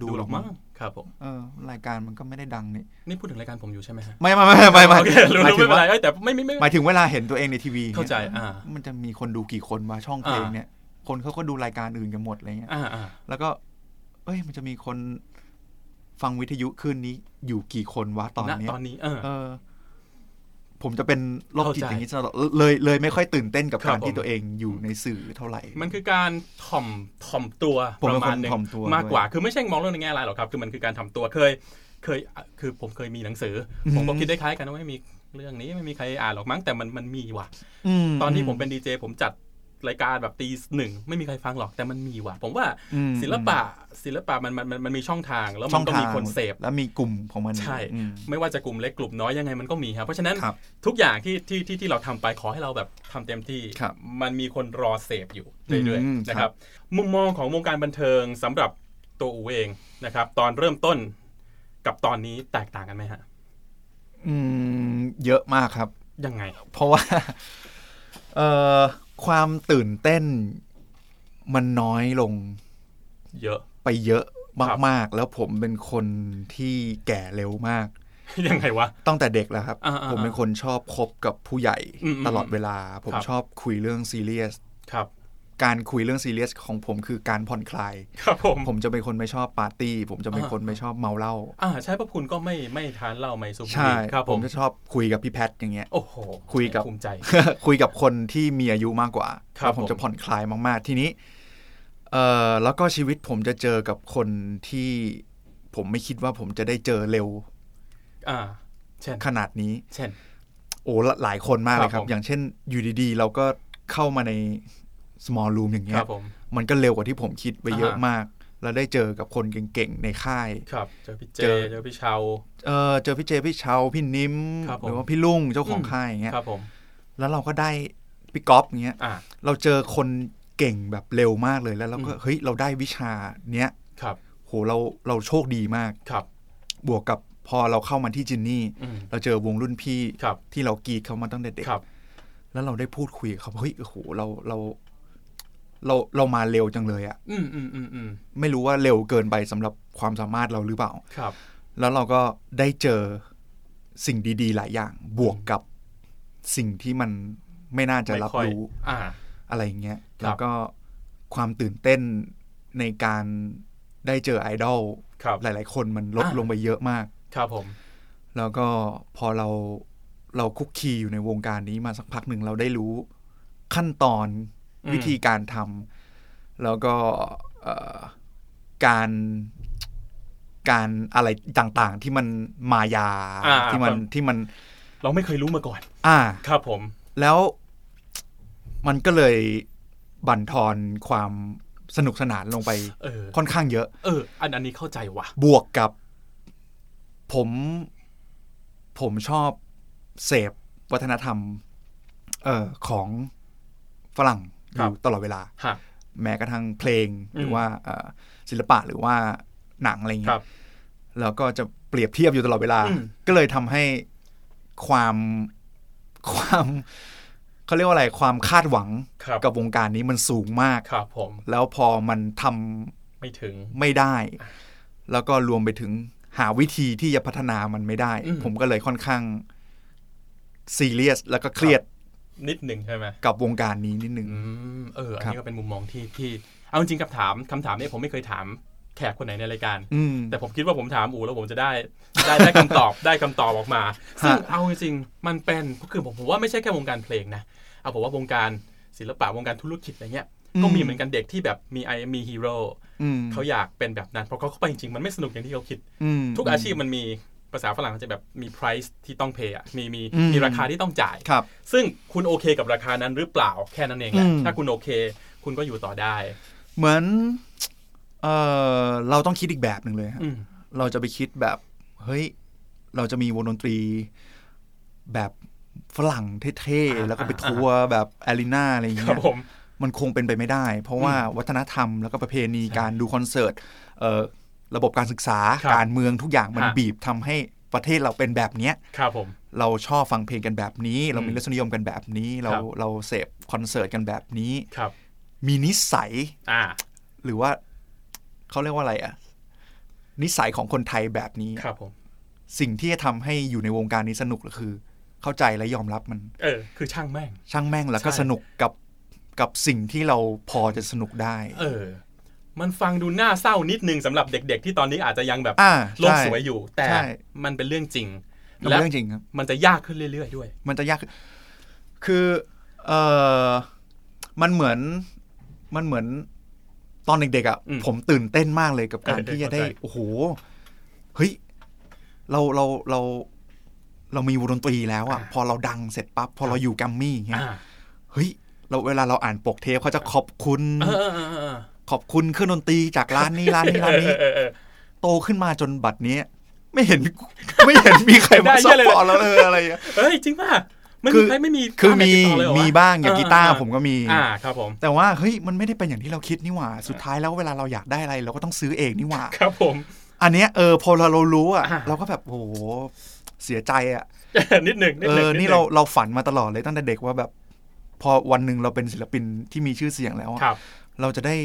Speaker 3: ดู
Speaker 2: ดู
Speaker 3: ห
Speaker 2: ห
Speaker 3: ร
Speaker 2: ร
Speaker 3: อ
Speaker 2: อก ก
Speaker 3: มั้
Speaker 2: มั้
Speaker 3: ง
Speaker 2: งครับผม
Speaker 3: เออรายการมันก็ไม่ได้ดังนี่
Speaker 2: นี่พูดถึงรายการผมอยู่ใช่ไหมฮะ
Speaker 3: ไม่ไม่ไม่ไม่ไม่
Speaker 2: โอเครู้
Speaker 3: หมาย
Speaker 2: รู้
Speaker 3: ถึ
Speaker 2: ไม่เป็น
Speaker 3: งว่า
Speaker 2: ไรเอ้ยแต่ไม่ไม่ไม่
Speaker 3: หมายถึงเวลาเห็นตัวเองในทีวี
Speaker 2: เข้าใจอ่า
Speaker 3: มันจะมีคนดูกี่คนมาช่องเพลงเนี่ย คนเขาก็ดูรายการอื่นกันหมดอะไรเงี้ย
Speaker 2: อ่าอ่า
Speaker 3: แล้วก็ เอ้ย มันจะมีคนฟังวิทยุคืนนี้อยู่กี่คนวะตอน
Speaker 2: ณ
Speaker 3: เนี้ย
Speaker 2: ตอนนี้เออ
Speaker 3: เออ ผมจะเป็นโรคจิ
Speaker 2: เข้า
Speaker 3: ต
Speaker 2: ใจ
Speaker 3: อย่างนี้ตลอดเลยเลยเลยไม่ค่อยตื่นเต้นกับ
Speaker 2: ครับ
Speaker 3: การที่
Speaker 2: ผม
Speaker 3: ตัวเองอยู่ในสื่อเท่าไหร่
Speaker 2: มันคือการถ่อมถ่อมตัว
Speaker 3: ผม
Speaker 2: ป
Speaker 3: เป็น
Speaker 2: ระมาณหนึง
Speaker 3: คนถ่อมตัว
Speaker 2: มากกว่า คือไม่ใช่มองเรื่องในแง่ร้ายหรอกครับ คือมันคือการถ่อมตัวเคย เคยอ่ะคือผมเคยมีหนังสืออ
Speaker 3: ม
Speaker 2: ผมก็คิดได้คล้ายกันว่าไม่มีเรื่องนี้ไม่มีใครอ่านหรอกมั้งแต่มันมันมีว่ะ
Speaker 3: ม
Speaker 2: ตอนที่ผมเป็นดีเจผมจัดรายการแบบตีหนึ่งไม่มีใครฟังหรอกแต่มันมีว่ะ ผมว่า
Speaker 3: อืม
Speaker 2: ศิลปะศิลปะมันมันมันมันมีช่องทาง แล้ว
Speaker 3: ช่
Speaker 2: มั
Speaker 3: อน ง
Speaker 2: ก็
Speaker 3: ทาง
Speaker 2: มีคนเสพ
Speaker 3: แล้วมีกลุ่มของมัน
Speaker 2: ใช่
Speaker 3: อืม
Speaker 2: ไม่ว่าจะกลุ่มเล็กกลุ่มน้อยยังไงมันก็มีครับ เพราะฉะนั้น
Speaker 3: ครับ
Speaker 2: ทุกอย่างที่ที่ที่ที่เราทำไปขอให้เราแบบทำเต็มที่
Speaker 3: ครับ
Speaker 2: มันมีคนรอเสพอยู่เรื่อย
Speaker 3: อืม
Speaker 2: ๆนะค
Speaker 3: ครั
Speaker 2: รับ บ มุมมองของวงการบันเทิงสำหรับตัวอูเองนะครับ ตอนเริ่มต้นกับตอนนี้แตกต่างกันไหมฮะ
Speaker 3: อืม เยอะมากครับ
Speaker 2: ยังไง
Speaker 3: เพราะว่า เอ่อความตื่นเต้นมันน้อยลง
Speaker 2: เยอะ
Speaker 3: ไปเยอะ
Speaker 2: ครับ
Speaker 3: มาก ๆ แล้วผมเป็นคนที่แก่เร็วมาก
Speaker 2: ยังไงวะ
Speaker 3: ตั้งแต่เด็กแล้วครับ
Speaker 2: อ่าๆ
Speaker 3: ผมเป็นคนชอบคบกับผู้ใหญ่
Speaker 2: อืมๆ
Speaker 3: ตลอดเวลา ผม
Speaker 2: ครับ
Speaker 3: ชอบคุยเรื่องซีเรียส
Speaker 2: ครับ
Speaker 3: การคุยเรื่องซีเรียสของผมคือการผ่อนคลาย
Speaker 2: ครับผม
Speaker 3: ผมจะเป็นคนไม่ชอบปาร์ตี้ ผมจะเป็นคนไม่ชอบเมาเหล้า
Speaker 2: อ่าใช่เพราะคุณก็ไม่ไม่ทานเหล้าไม่สูบบุ
Speaker 3: ใช่
Speaker 2: หรี่ครับผ
Speaker 3: ผม
Speaker 2: ม
Speaker 3: จะชอบคุยกับพี่แพทอย่างเงี้ย
Speaker 2: โอ้โห
Speaker 3: คุยกับ
Speaker 2: ภูมิใจ
Speaker 3: คุยกับคนที่มีอายุมากกว่า
Speaker 2: ครับ
Speaker 3: แล้วผม
Speaker 2: ผม
Speaker 3: จะผ่อนคลายมากๆ ทีนี้เอ่อแล้วก็ชีวิตผมจะเจอกับคนที่ผมไม่คิดว่าผมจะได้เจอเร็ว
Speaker 2: อ่า เช่น
Speaker 3: ขนาดนี้
Speaker 2: เช่น
Speaker 3: โอ้หลหลายคนมากเลย
Speaker 2: ค
Speaker 3: ค
Speaker 2: รั
Speaker 3: รั
Speaker 2: บบ ผม
Speaker 3: อย่างเช่นอยู่ดีๆ เราก็เข้ามาใน small room อย่าง
Speaker 2: ค
Speaker 3: เงี้
Speaker 2: รั
Speaker 3: ย
Speaker 2: บผม
Speaker 3: มันก็เร็วกว่าที่ผมคิดไปเยอะมาก แล้วได้เจอกับคนเก่งๆ ในค่าย
Speaker 2: ครับเจอพี่เจ
Speaker 3: เจอ
Speaker 2: เจอพี่เชา
Speaker 3: เออเจอพี่เจ พี่เชาพี่นิ้ม
Speaker 2: ครับผม
Speaker 3: หรือว่าพี่ลุงเจ้าของค่ายอย่างเงี้ย
Speaker 2: ครับผม
Speaker 3: แล้วเราก็ได้พี่ก๊อฟอย่างเงี้ย
Speaker 2: อ่า
Speaker 3: เราเจอคนเก่งแบบเร็วมากเลยแล้วเราก็เฮ้ยเราได้วิชาเนี้ย
Speaker 2: ครับ
Speaker 3: โหเราเราโชคดีมาก
Speaker 2: ครับ
Speaker 3: บวกกับพอเราเข้ามาที่จินนี่
Speaker 2: อืม
Speaker 3: เราเจอวงรุ่นพี่
Speaker 2: ครับ
Speaker 3: ที่เรากรีดเขามาตั้งแต่เด็ก
Speaker 2: ครับ
Speaker 3: แล้วเราได้พูดคุยกับเขาเฮ้ยโอ้โหเราเราเราเรามาเร็วจังเลยอะ
Speaker 2: อืมอืมอืมอืม
Speaker 3: ไม่รู้ว่าเร็วเกินไปสำหรับความสามารถเราหรือเปล่า
Speaker 2: ครับ
Speaker 3: แล้วเราก็ได้เจอสิ่งดี ๆ หลายอย่าง บวกกับสิ่งที่มันไม่น่าจะรับ
Speaker 2: ไม่ค่อย
Speaker 3: รู้
Speaker 2: อ่า
Speaker 3: อะไรอย่างเงี้ย
Speaker 2: ครับ
Speaker 3: แล้วก็ความตื่นเต้นในการได้เจอไอดอล
Speaker 2: ครับ
Speaker 3: หลาย ๆ คนมันลด
Speaker 2: อ่า
Speaker 3: ลงไปเยอะมาก
Speaker 2: ครับผม
Speaker 3: แล้วก็พอเราเราคุกคีอยู่ในวงการนี้มาสักพักหนึ่งเราได้รู้ขั้นตอน
Speaker 2: อืม
Speaker 3: วิธีการทำแล้วก็เอ่อการการอะไรต่างๆ ที่มันมายา
Speaker 2: อ่า
Speaker 3: ที่มัน
Speaker 2: ครับ
Speaker 3: ที่มัน
Speaker 2: เราไม่เคยรู้มาก่อน
Speaker 3: อ่า
Speaker 2: ครับผม
Speaker 3: แล้วมันก็เลยบั่นทอนความสนุกสนานลงไป
Speaker 2: เออ
Speaker 3: ค่อนข้างเยอะ
Speaker 2: เออ อันอันนี้เข้าใจว่ะ
Speaker 3: บวกกับ ผมผมชอบเสพวัฒนธรรม เอ่อของฝรั่งอ
Speaker 2: ครับ
Speaker 3: ยู่ตลอดเวลา
Speaker 2: ฮะ
Speaker 3: แม้กระทั่งเพลงหรือ
Speaker 2: ม
Speaker 3: ว่าเอ่อศิลปะหรือว่าหนังอะไร
Speaker 2: ครั
Speaker 3: เงี้
Speaker 2: บ
Speaker 3: ยแล้วก็จะเปรียบเทียบอยู่ตลอดเวลา
Speaker 2: อืม
Speaker 3: ก็เลยทำให้ความ ความเขาเรียกว่าอะไรความคาดหวัง
Speaker 2: ครับ
Speaker 3: กับวงการนี้มันสูงมาก
Speaker 2: ครับผม
Speaker 3: แล้วพอมันทำ
Speaker 2: ไม่ถึง
Speaker 3: ไม่ได้ แล้วก็รวมไปถึงหาวิธีที่จะพัฒนามันไม่ได้
Speaker 2: อืม
Speaker 3: ผมก็เลยค่อนข้างซีเรียส แล้วก็เครียด
Speaker 2: นิดหนึ่งใช่ไหม
Speaker 3: กับวงการนี้นิดนึง
Speaker 2: อืมเอออัน
Speaker 3: ครับ
Speaker 2: นี้ก็เป็นมุมมองที่ที่เอาจริงๆคำถามคำถามเนี่ยผมไม่เคยถามแขกคนไหนในรายการ
Speaker 3: อืม
Speaker 2: แต่ผมคิดว่าผมถามอูแล้วผมจะได้ได้ได้คำตอบ ได้คำตอบออก มา ซึ่งเอาจริงๆมันเป็นคือผมผมว่าไม่ใช่แค่วงการเพลงนะเอาผมว่าวงการศิลปะวงการธุรกิจอะไรเงี้ยก็
Speaker 3: อืม
Speaker 2: มีเหมือนกันเด็กที่แบบมีไอมีฮีโร่
Speaker 3: อืม
Speaker 2: เขาอยากเป็นแบบนั้นเพราะเขาเข้าไปจริงๆมันไม่สนุกอย่างที่เขาคิด
Speaker 3: อืม
Speaker 2: ทุกอาชีพมันมีภาษาฝรั่งเขาจะแบบมี price ที่ต้อง pay อะมีมี
Speaker 3: อืม
Speaker 2: มีราคาที่ต้องจ่าย
Speaker 3: ครับ
Speaker 2: ซึ่งคุณโอเคกับราคานั้นหรือเปล่าแค่นั้นเองแหละ
Speaker 3: อืม
Speaker 2: ถ้าคุณโอเค คุณก็อยู่ต่อได้
Speaker 3: เหมือน เออเราต้องคิดอีกแบบหนึ่งเลยฮะ
Speaker 2: อืม
Speaker 3: เราจะไปคิดแบบ เฮ้ย เราจะมีวงดนตรีแบบฝรั่งเท่
Speaker 2: อ่ า
Speaker 3: ๆ แล้วก็ไปทัวร์แบบอารีนาอะไรอย่าง
Speaker 2: ค
Speaker 3: เงี้
Speaker 2: รั
Speaker 3: ย
Speaker 2: บผม
Speaker 3: มันคงเป็นไปไม่ได้ เพราะว่าวัฒนธรรมแล้วก็ประเพณีการดูคอนเสิร์ตเอ่อระบบการศึกษาการเมืองทุกอย่างมันบีบทำให้ประเทศเราเป็นแบบเนี้ย
Speaker 2: ครับผม
Speaker 3: เราชอบฟังเพลงกันแบบนี้ เรามีรสนิยมกันแบบนี้ เรา
Speaker 2: ครับ
Speaker 3: เราเสพคอนเสิร์ตกันแบบนี้
Speaker 2: ครับ
Speaker 3: มีนิสัย
Speaker 2: อ่า
Speaker 3: หรือว่าเขาเรียกว่าอะไรอะนิสัยของคนไทยแบบนี้
Speaker 2: ครับผม
Speaker 3: สิ่งที่จะทำให้อยู่ในวงการนี้สนุกก็คือ เข้าใจและยอมรับมัน
Speaker 2: เออ คือช่างแม่ง
Speaker 3: ช่างแม่งแล้วก็
Speaker 2: ใช่
Speaker 3: สนุกกับกับสิ่งที่เราพอจะสนุกได้
Speaker 2: เออ มันฟังดูน่าเศร้านิดนึงสำหรับเด็ก ๆ ที่ตอนนี้อาจจะยังแบบ
Speaker 3: อ่า
Speaker 2: โลก
Speaker 3: ใช่
Speaker 2: สวยอยู่ แต่
Speaker 3: ใช่
Speaker 2: มันเป็นเรื่องจริง
Speaker 3: มัน
Speaker 2: และ
Speaker 3: เป็นเรื่องจริงครับ
Speaker 2: มันจะยากขึ้นเรื่อย ๆ ด้วย
Speaker 3: มันจะยากขึ้นคือ เออมันเหมือน มันเหมือนตอนเด็กๆอ่ะ
Speaker 2: อืม
Speaker 3: ผมตื่นเต้นมากเลยกับการ
Speaker 2: เออ
Speaker 3: ที่จะ
Speaker 2: เข้าใจ
Speaker 3: ได้ โอ้โห เฮ้ย เรา เรา เรา เรามีวงดนตรีแล้วอ่ะ พอเราดังเสร็จปั๊บ พอเราอยู่แกัมมี่อย่างเงี้ย
Speaker 2: อ่า
Speaker 3: เฮ้ย เราเวลาเราอ่านปกเทปเขาจะขอบคุณ
Speaker 2: เออเออเออเออ
Speaker 3: ขอบคุณเครื่องดนตรีจากร้านนี้ ร้านนี้ร้านนี้
Speaker 2: เออเออเออ
Speaker 3: โตขึ้นมาจนบัดเนี้ยไม่ เห็น ไม่เห็นมีใครมา
Speaker 2: ได้
Speaker 3: ซั
Speaker 2: เยอะ
Speaker 3: พ
Speaker 2: เลย
Speaker 3: พอร์ตเราเลยอะไรอย่างเงี้ย
Speaker 2: เฮ้ย จริงป่ะไม่
Speaker 3: คื
Speaker 2: มี
Speaker 3: อ
Speaker 2: ใครไม่มี
Speaker 3: คือมี
Speaker 2: ติดต่เลยเหรวะ
Speaker 3: มีบ้างอย่างกีตาร์
Speaker 2: เออเออ
Speaker 3: ผมก็มี
Speaker 2: อ่า ครับผม
Speaker 3: แต่ว่าเฮ้ยมันไม่ได้เป็นอย่างที่เราคิดนี่หว่า สุดท้ายแล้วเวลาเราอยากได้อะไร เราก็ต้องซื้อเองนี่หว่า
Speaker 2: ครับผม
Speaker 3: อันเนี้ยเออพอเราเรารู้อ่ะ
Speaker 2: อ่า
Speaker 3: เราก็แบบโอ้โหเสียใจอ่ะ
Speaker 2: นิดหนึ่งนิด
Speaker 3: เอ
Speaker 2: หนึ่ง
Speaker 3: อ
Speaker 2: ดห
Speaker 3: นี่
Speaker 2: ง
Speaker 3: เราเราฝันมาตลอดเลยตั้งแต่เด็กว่าแบบ พอวันหนึ่งเราเป็นศิลปินที่มีชื่อเสียงแล้วอะ
Speaker 2: ครับ
Speaker 3: เราจะได้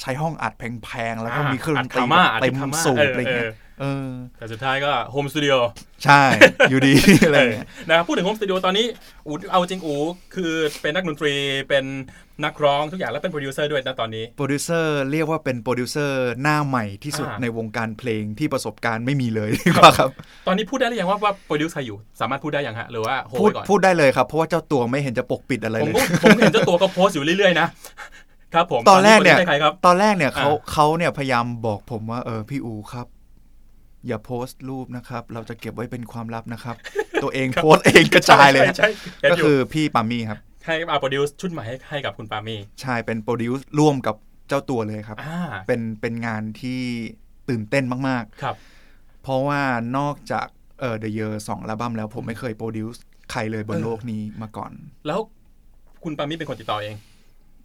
Speaker 3: ใช้ห้องอัดแพงๆแล้วก็
Speaker 2: อ่า
Speaker 3: มีเครื่องดนตรี
Speaker 2: อัดคาม่าอัด
Speaker 3: เต็ม
Speaker 2: คาม่า
Speaker 3: สูบ
Speaker 2: เออ
Speaker 3: อะไรเงี้ย
Speaker 2: เออ
Speaker 3: เออ
Speaker 2: แต่สุดท้ายก็โฮมสตูดิโอ
Speaker 3: ใช่ อยู่ ดี อะไรเงี้ย
Speaker 2: นะครับพูดถึงโฮมสตูดิโอตอนนี้อูเอาจริงอูคือเป็นนักดนตรีเป็นนักร้องทุกอย่างแล้วเป็นโปรดิวเซอร์ด้วยนะตอนนี้
Speaker 3: โปรดิวเซอร์เรียกว่าเป็นโปรดิวเซอร์หน้าใหม่ที่สุด
Speaker 2: อ่า
Speaker 3: ในวงการเพลงที่ประสบการณ์ไม่มีเลยดีกว่าครับ
Speaker 2: ตอนนี้พูดได้หรือยังว่าว่าโปรดิวเซอร์อยู่สามารถพูดได้ยังฮะหรือว่าโฮ
Speaker 3: พูด
Speaker 2: ไว้ก่อน
Speaker 3: พูดได้เลยครับ เพราะว่าเจ้าตัวไม่เห็นจะปกปิดอะไร
Speaker 2: ผม
Speaker 3: เลย
Speaker 2: ก็ผมเห็นเจ้าตัวก็โพสต์อยู่เรื่อยๆนะครับผม
Speaker 3: ตอนแรกเนี่ย
Speaker 2: โปดิวซอร์ใครครับ
Speaker 3: ตอนแรกเนี่ยเขา
Speaker 2: อ่า
Speaker 3: เขาเนี่ยพยายามบอกผมว่าเออพี่อูครับ อย่าโพสต์รูปนะครับ เราจะเก็บไว้เป็นความลับนะครับ ตัวเองโพสต์เองกระจายเลย
Speaker 2: ใช่ใช่เห็น
Speaker 3: ก็
Speaker 2: อยู่
Speaker 3: คือพี่ปามี่ครับ
Speaker 2: ให้อาโปรดิวซ์ชุดใหม่ให้ให้กับคุณปามี
Speaker 3: ใชายเป็นโปรดิวซ์ร่วมกับเจ้าตัวเลยครับ
Speaker 2: อ่า
Speaker 3: เป็นเป็นงานที่ตื่นเต้นมาก
Speaker 2: ครับ
Speaker 3: ๆ เพราะว่านอกจากเออเดอะเยอร์สองอัลบั้มแล้วผมไม่เคยโปรดิวซ์ใครเลยบนโลกนี้มาก่อน
Speaker 2: แล้วคุณปามีเป็นคนติดต่อเอง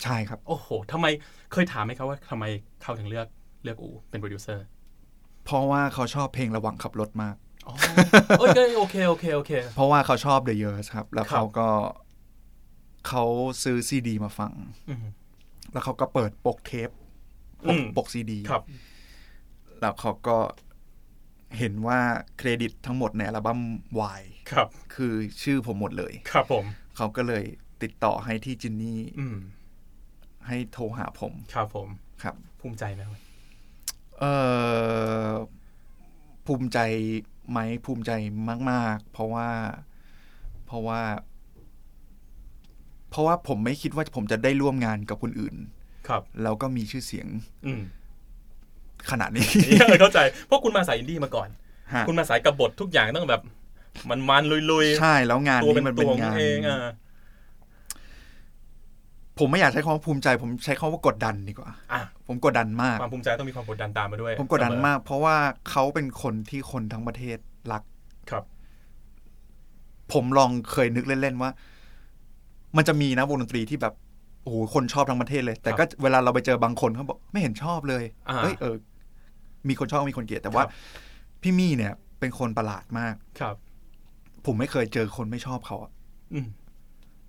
Speaker 3: ใช่ครับ
Speaker 2: โอ้โหทำไมเคยถามไหมครับว่าทำไมเขาถึงเลือกเลือกอูเป็นโปรดิวเซอร์
Speaker 3: เพราะว่าเขาชอบเพลงระหว่างขับรถมาก
Speaker 2: อ๋อโอเคโอเคโอเคโอเค
Speaker 3: เพราะว่าเขาชอบ The Years ครับ แล้ว
Speaker 2: ครับ
Speaker 3: เขาก็ เขาซื้อซีดี มาฟัง
Speaker 2: อืม
Speaker 3: แล้วเขาก็เปิดปกเทปป
Speaker 2: อื
Speaker 3: ก
Speaker 2: ม
Speaker 3: ปกซีดี
Speaker 2: ครับ
Speaker 3: แล้วเขาก็เห็นว่าเครดิตทั้งหมดในอัลบั้ม Y
Speaker 2: ครับ
Speaker 3: คือชื่อผมหมดเลย
Speaker 2: ครับผม
Speaker 3: เขาก็เลยติดต่อให้ที่จินนี่
Speaker 2: อืม
Speaker 3: ให้โทรหาผม
Speaker 2: ครับผม
Speaker 3: ครับ
Speaker 2: ภูมิใจไหมเว้ย
Speaker 3: เออภูมิใจไหมภูมิใจมาก ๆ เพราะว่าเพราะว่า เพราะว่าผมไม่คิดว่าผมจะได้ร่วมงานกับคนอื่น
Speaker 2: ครับ
Speaker 3: แล้วก็มีชื่อเสียง
Speaker 2: อื ม
Speaker 3: ขนาดนี้
Speaker 2: นี่ เออเข้าใจ เพราะคุณมาสายอินดี้มาก่อน
Speaker 3: ฮะ
Speaker 2: คุณมาสายกับบททุกอย่างต้องแบบ มันมันๆลุย
Speaker 3: ใช่แล้วงาน
Speaker 2: ๆ ตัวเป็
Speaker 3: นี้
Speaker 2: น
Speaker 3: มัน
Speaker 2: ตั
Speaker 3: เป็
Speaker 2: วน ของ
Speaker 3: งาน
Speaker 2: เองอ่ะ
Speaker 3: ผมไม่อยากใช้คำว่าภูมิใจ ผมใช้คำว่ากดดันดีกว่า
Speaker 2: อ่ะ
Speaker 3: ผมกดดันมาก
Speaker 2: ความภูมิใจต้องมีความกดดันตามมาด้วย
Speaker 3: ผมกดดันมาก เพราะว่าเขาเป็นคนที่คนทั้งประเทศรัก
Speaker 2: ครับ
Speaker 3: ผมลองเคยนึกเล่น ๆ ว่า มันจะมีนะวงดนตรีที่แบบโอ้โหคนชอบทั้งประเทศเลย แต่ก็เวลาเราไปเจอบางคนเขาบอกไม่เห็นชอบเลย
Speaker 2: อ่า
Speaker 3: เอ้ยเออ มีคนชอบมีคนเกลียดแต่ว่า
Speaker 2: ครับ
Speaker 3: พี่มี่เนี่ย เป็นคนประหลาดมาก
Speaker 2: ครับ
Speaker 3: ผมไม่เคยเจอคนไม่ชอบเขาอะ
Speaker 2: อืม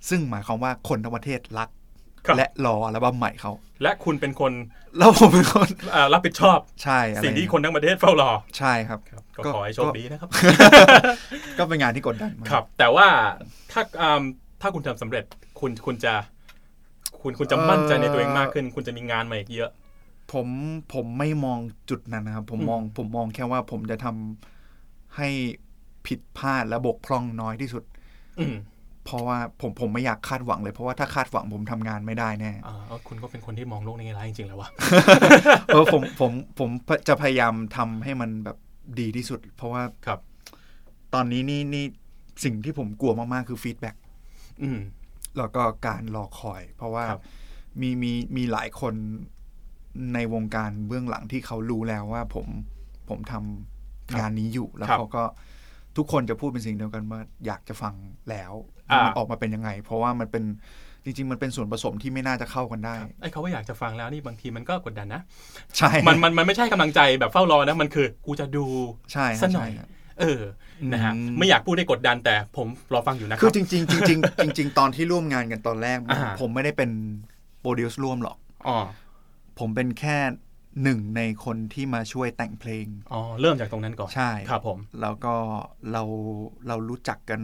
Speaker 3: ซึ่งหมายความว่าคนทั้งประเทศรัก
Speaker 2: ครับ
Speaker 3: และรออัลบั้มใหม่เขา
Speaker 2: และคุณเป็นคน
Speaker 3: แล้วผมเป็นคน
Speaker 2: อ่ารับผิดชอบ
Speaker 3: ใช่อะไร
Speaker 2: สิ่งที่คนทั้งประเทศเฝ้ารอ
Speaker 3: ใช่ครับ
Speaker 2: ครับก็ขอให้โชคดีนะครับ
Speaker 3: ก็เป็นงานที่กดดั นมาก
Speaker 2: ครับ แต่ว่าถ้าอ่าถ้าคุณทำสำเร็จคุณคุณจะ คุณคุณจะ
Speaker 3: เอ่อ
Speaker 2: มั่นใจในตัวเองมากขึ้น คุณจะมีงานมาอีกเยอะ
Speaker 3: ผมผมไม่มองจุดนั้นนะครับ ผมมองผมมองแค่ว่าผมจะทำให้ผิดพลาดและบกพร่องน้อยที่สุด
Speaker 2: อืม
Speaker 3: เพราะว่าผมผมไม่อยากคาดหวังเลยเพราะว่าถ้าคาดหวังผมทำงานไม่ได้แน่
Speaker 2: อ่าเอาคุณก็เป็นคนที่มองโลกในแง่ร้ายจริงๆแล้ววะ
Speaker 3: เออผมผมผมจะพยายามทำให้มันแบบดีที่สุด เพราะว่า
Speaker 2: ครับ
Speaker 3: ตอนนี้นี่นี่สิ่งที่ผมกลัวมากๆคือฟีดแบ็ก
Speaker 2: อืม
Speaker 3: แล้วก็การรอคอย เพราะว่า
Speaker 2: ครับ
Speaker 3: มีมีมีหลายคนในวงการเบื้องหลังที่เขารู้แล้วว่าผมผมทำงานนี้อยู่แล้ว
Speaker 2: ครับ
Speaker 3: เขาก็ทุกคนจะพูดเป็นเสิ่งเดียวกันว่าอยากจะฟังแล้ว
Speaker 2: อ่ามั
Speaker 3: นออกมาเป็นยังไง เพราะว่ามันเป็นจริง ๆ มันเป็นส่วนผสมที่ไม่น่าจะเข้ากันได้
Speaker 2: ไอ้เขาว่าอยากจะฟังแล้วนี่บางทีมันก็กดดันนะ
Speaker 3: ใช่
Speaker 2: มันมันมันไม่ใช่กำลังใจแบบเฝ้ารอนะ มันคือ กูจะดู
Speaker 3: ใช่ฮะ
Speaker 2: ซะหน่อย
Speaker 3: ใช่ฮะ
Speaker 2: เออ นะฮะ
Speaker 3: อืม
Speaker 2: ไม่อยากพูดได้กดดันแต่ผมรอฟังอยู่นะค
Speaker 3: คื
Speaker 2: รั
Speaker 3: อบ จริง ๆ จริง ๆ จริง ๆ ตอนที่ร่วมงานกันตอนแรก
Speaker 2: อ่าฮะ
Speaker 3: ผมไม่ได้เป็นโปรดิวซ์ร่วมหรอก
Speaker 2: อ๋อ
Speaker 3: ผมเป็นแค่หนึ่งในคนที่มาช่วยแต่งเพลง
Speaker 2: อ๋อ เริ่มจากตรงนั้นก่อน
Speaker 3: ใช่
Speaker 2: ครับผม
Speaker 3: แล้วก็เราเรารู้จักกัน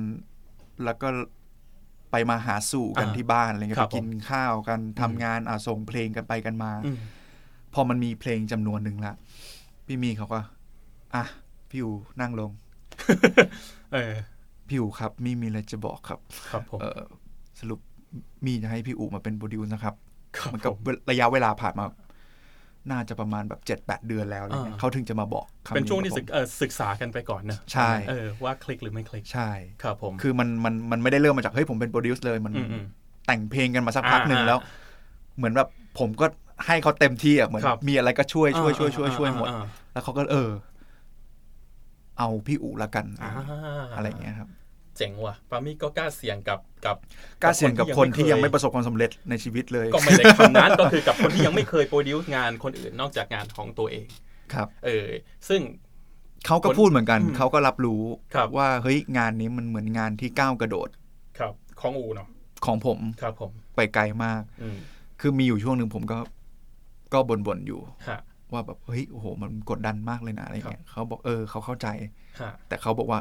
Speaker 3: แล้วก็ไปมาหาสู่กัน
Speaker 2: อ่า
Speaker 3: ที่บ้านอะไรเงี้ย
Speaker 2: ครับ
Speaker 3: ไปกินข้าวกันทำงานอ่ะส่งเพลงกันไปกันมา
Speaker 2: อืม
Speaker 3: พอมันมีเพลงจำนวนหนึ่งละพี่มีเขาก็อ่ะพี่อูนั่งลง
Speaker 2: เออ
Speaker 3: พี่อูครับมีมีอะไรจะบอกครับ
Speaker 2: ครับผม
Speaker 3: เออสรุปมีจะให้พี่อูมาเป็นโปรดิวซ์นะครับ
Speaker 2: ครับ
Speaker 3: มันก็
Speaker 2: ผม
Speaker 3: ระยะเวลาผ่านมา น่าจะประมาณแบบเจ็ดแปดเดือนแล้วอะไรเงี้ย
Speaker 2: อ่า
Speaker 3: เขาถึงจะมาบอกคำ
Speaker 2: เป็นช่วงที่ศึก
Speaker 3: กับผม
Speaker 2: เออศึกษากันไปก่อนนะ
Speaker 3: ใช่
Speaker 2: เออ ว่าคลิกหรือไม่คลิก
Speaker 3: ใช่
Speaker 2: ครับผม
Speaker 3: คือมันมันมันไม่ได้เริ่มมาจากเฮ้ยผมเป็นโปรดิวซ์เลยมัน
Speaker 2: อืมอืม
Speaker 3: แต่งเพลงกันมาสักพักหนึ่ง
Speaker 2: อ่า
Speaker 3: แล้ว เหมือนแบบผมก็ให้เขาเต็มที่อ่ะเหมือน
Speaker 2: ครับ
Speaker 3: มีอะไรก็ช่วยช่วยช่วยช่วย
Speaker 2: อ่า
Speaker 3: ช่วยหมด
Speaker 2: อ่า
Speaker 3: แล้วเขาก็เออ เอาพี่อูละกัน
Speaker 2: อ่า
Speaker 3: อะไรเงี้ยครับ
Speaker 2: เจ๋งว่ะปามี่ก็กล้าเสี่ยงกับกับ
Speaker 3: กล้าเสี่ยงกับคนที่ยังไม่ป
Speaker 2: เค
Speaker 3: ระสบความสำเร็จในชีวิตเลย
Speaker 2: ยก็ไม่ได้คำนั้นก็คือกับคนที่ยังไม่เคยโปรดิวซ์งานคนอื่นนอกจากงานของตัวเอง
Speaker 3: ครับ
Speaker 2: เออ ซึ่ง
Speaker 3: เขาก็พูดเหมือนกัน
Speaker 2: อืม
Speaker 3: เขาก็รับรู้
Speaker 2: ครับ
Speaker 3: ว่าเฮ้ยงานนี้มันเหมือนงานที่ก้าวกระโดด
Speaker 2: ครับของอูเนาะ
Speaker 3: ของผม
Speaker 2: ครับผม
Speaker 3: ไปไกลมาก
Speaker 2: อืม
Speaker 3: คือมีอยู่ช่วงหนึ่งผมก็ก็บ่นๆอยู่
Speaker 2: ฮะ
Speaker 3: ว่าแบบเฮ้ยโอ้โหมันกดดันมากเลยนะอะไรเงี้ยเขาบอกเออเขาเข้าใจ
Speaker 2: ฮะ
Speaker 3: แต่เขาบอกว่า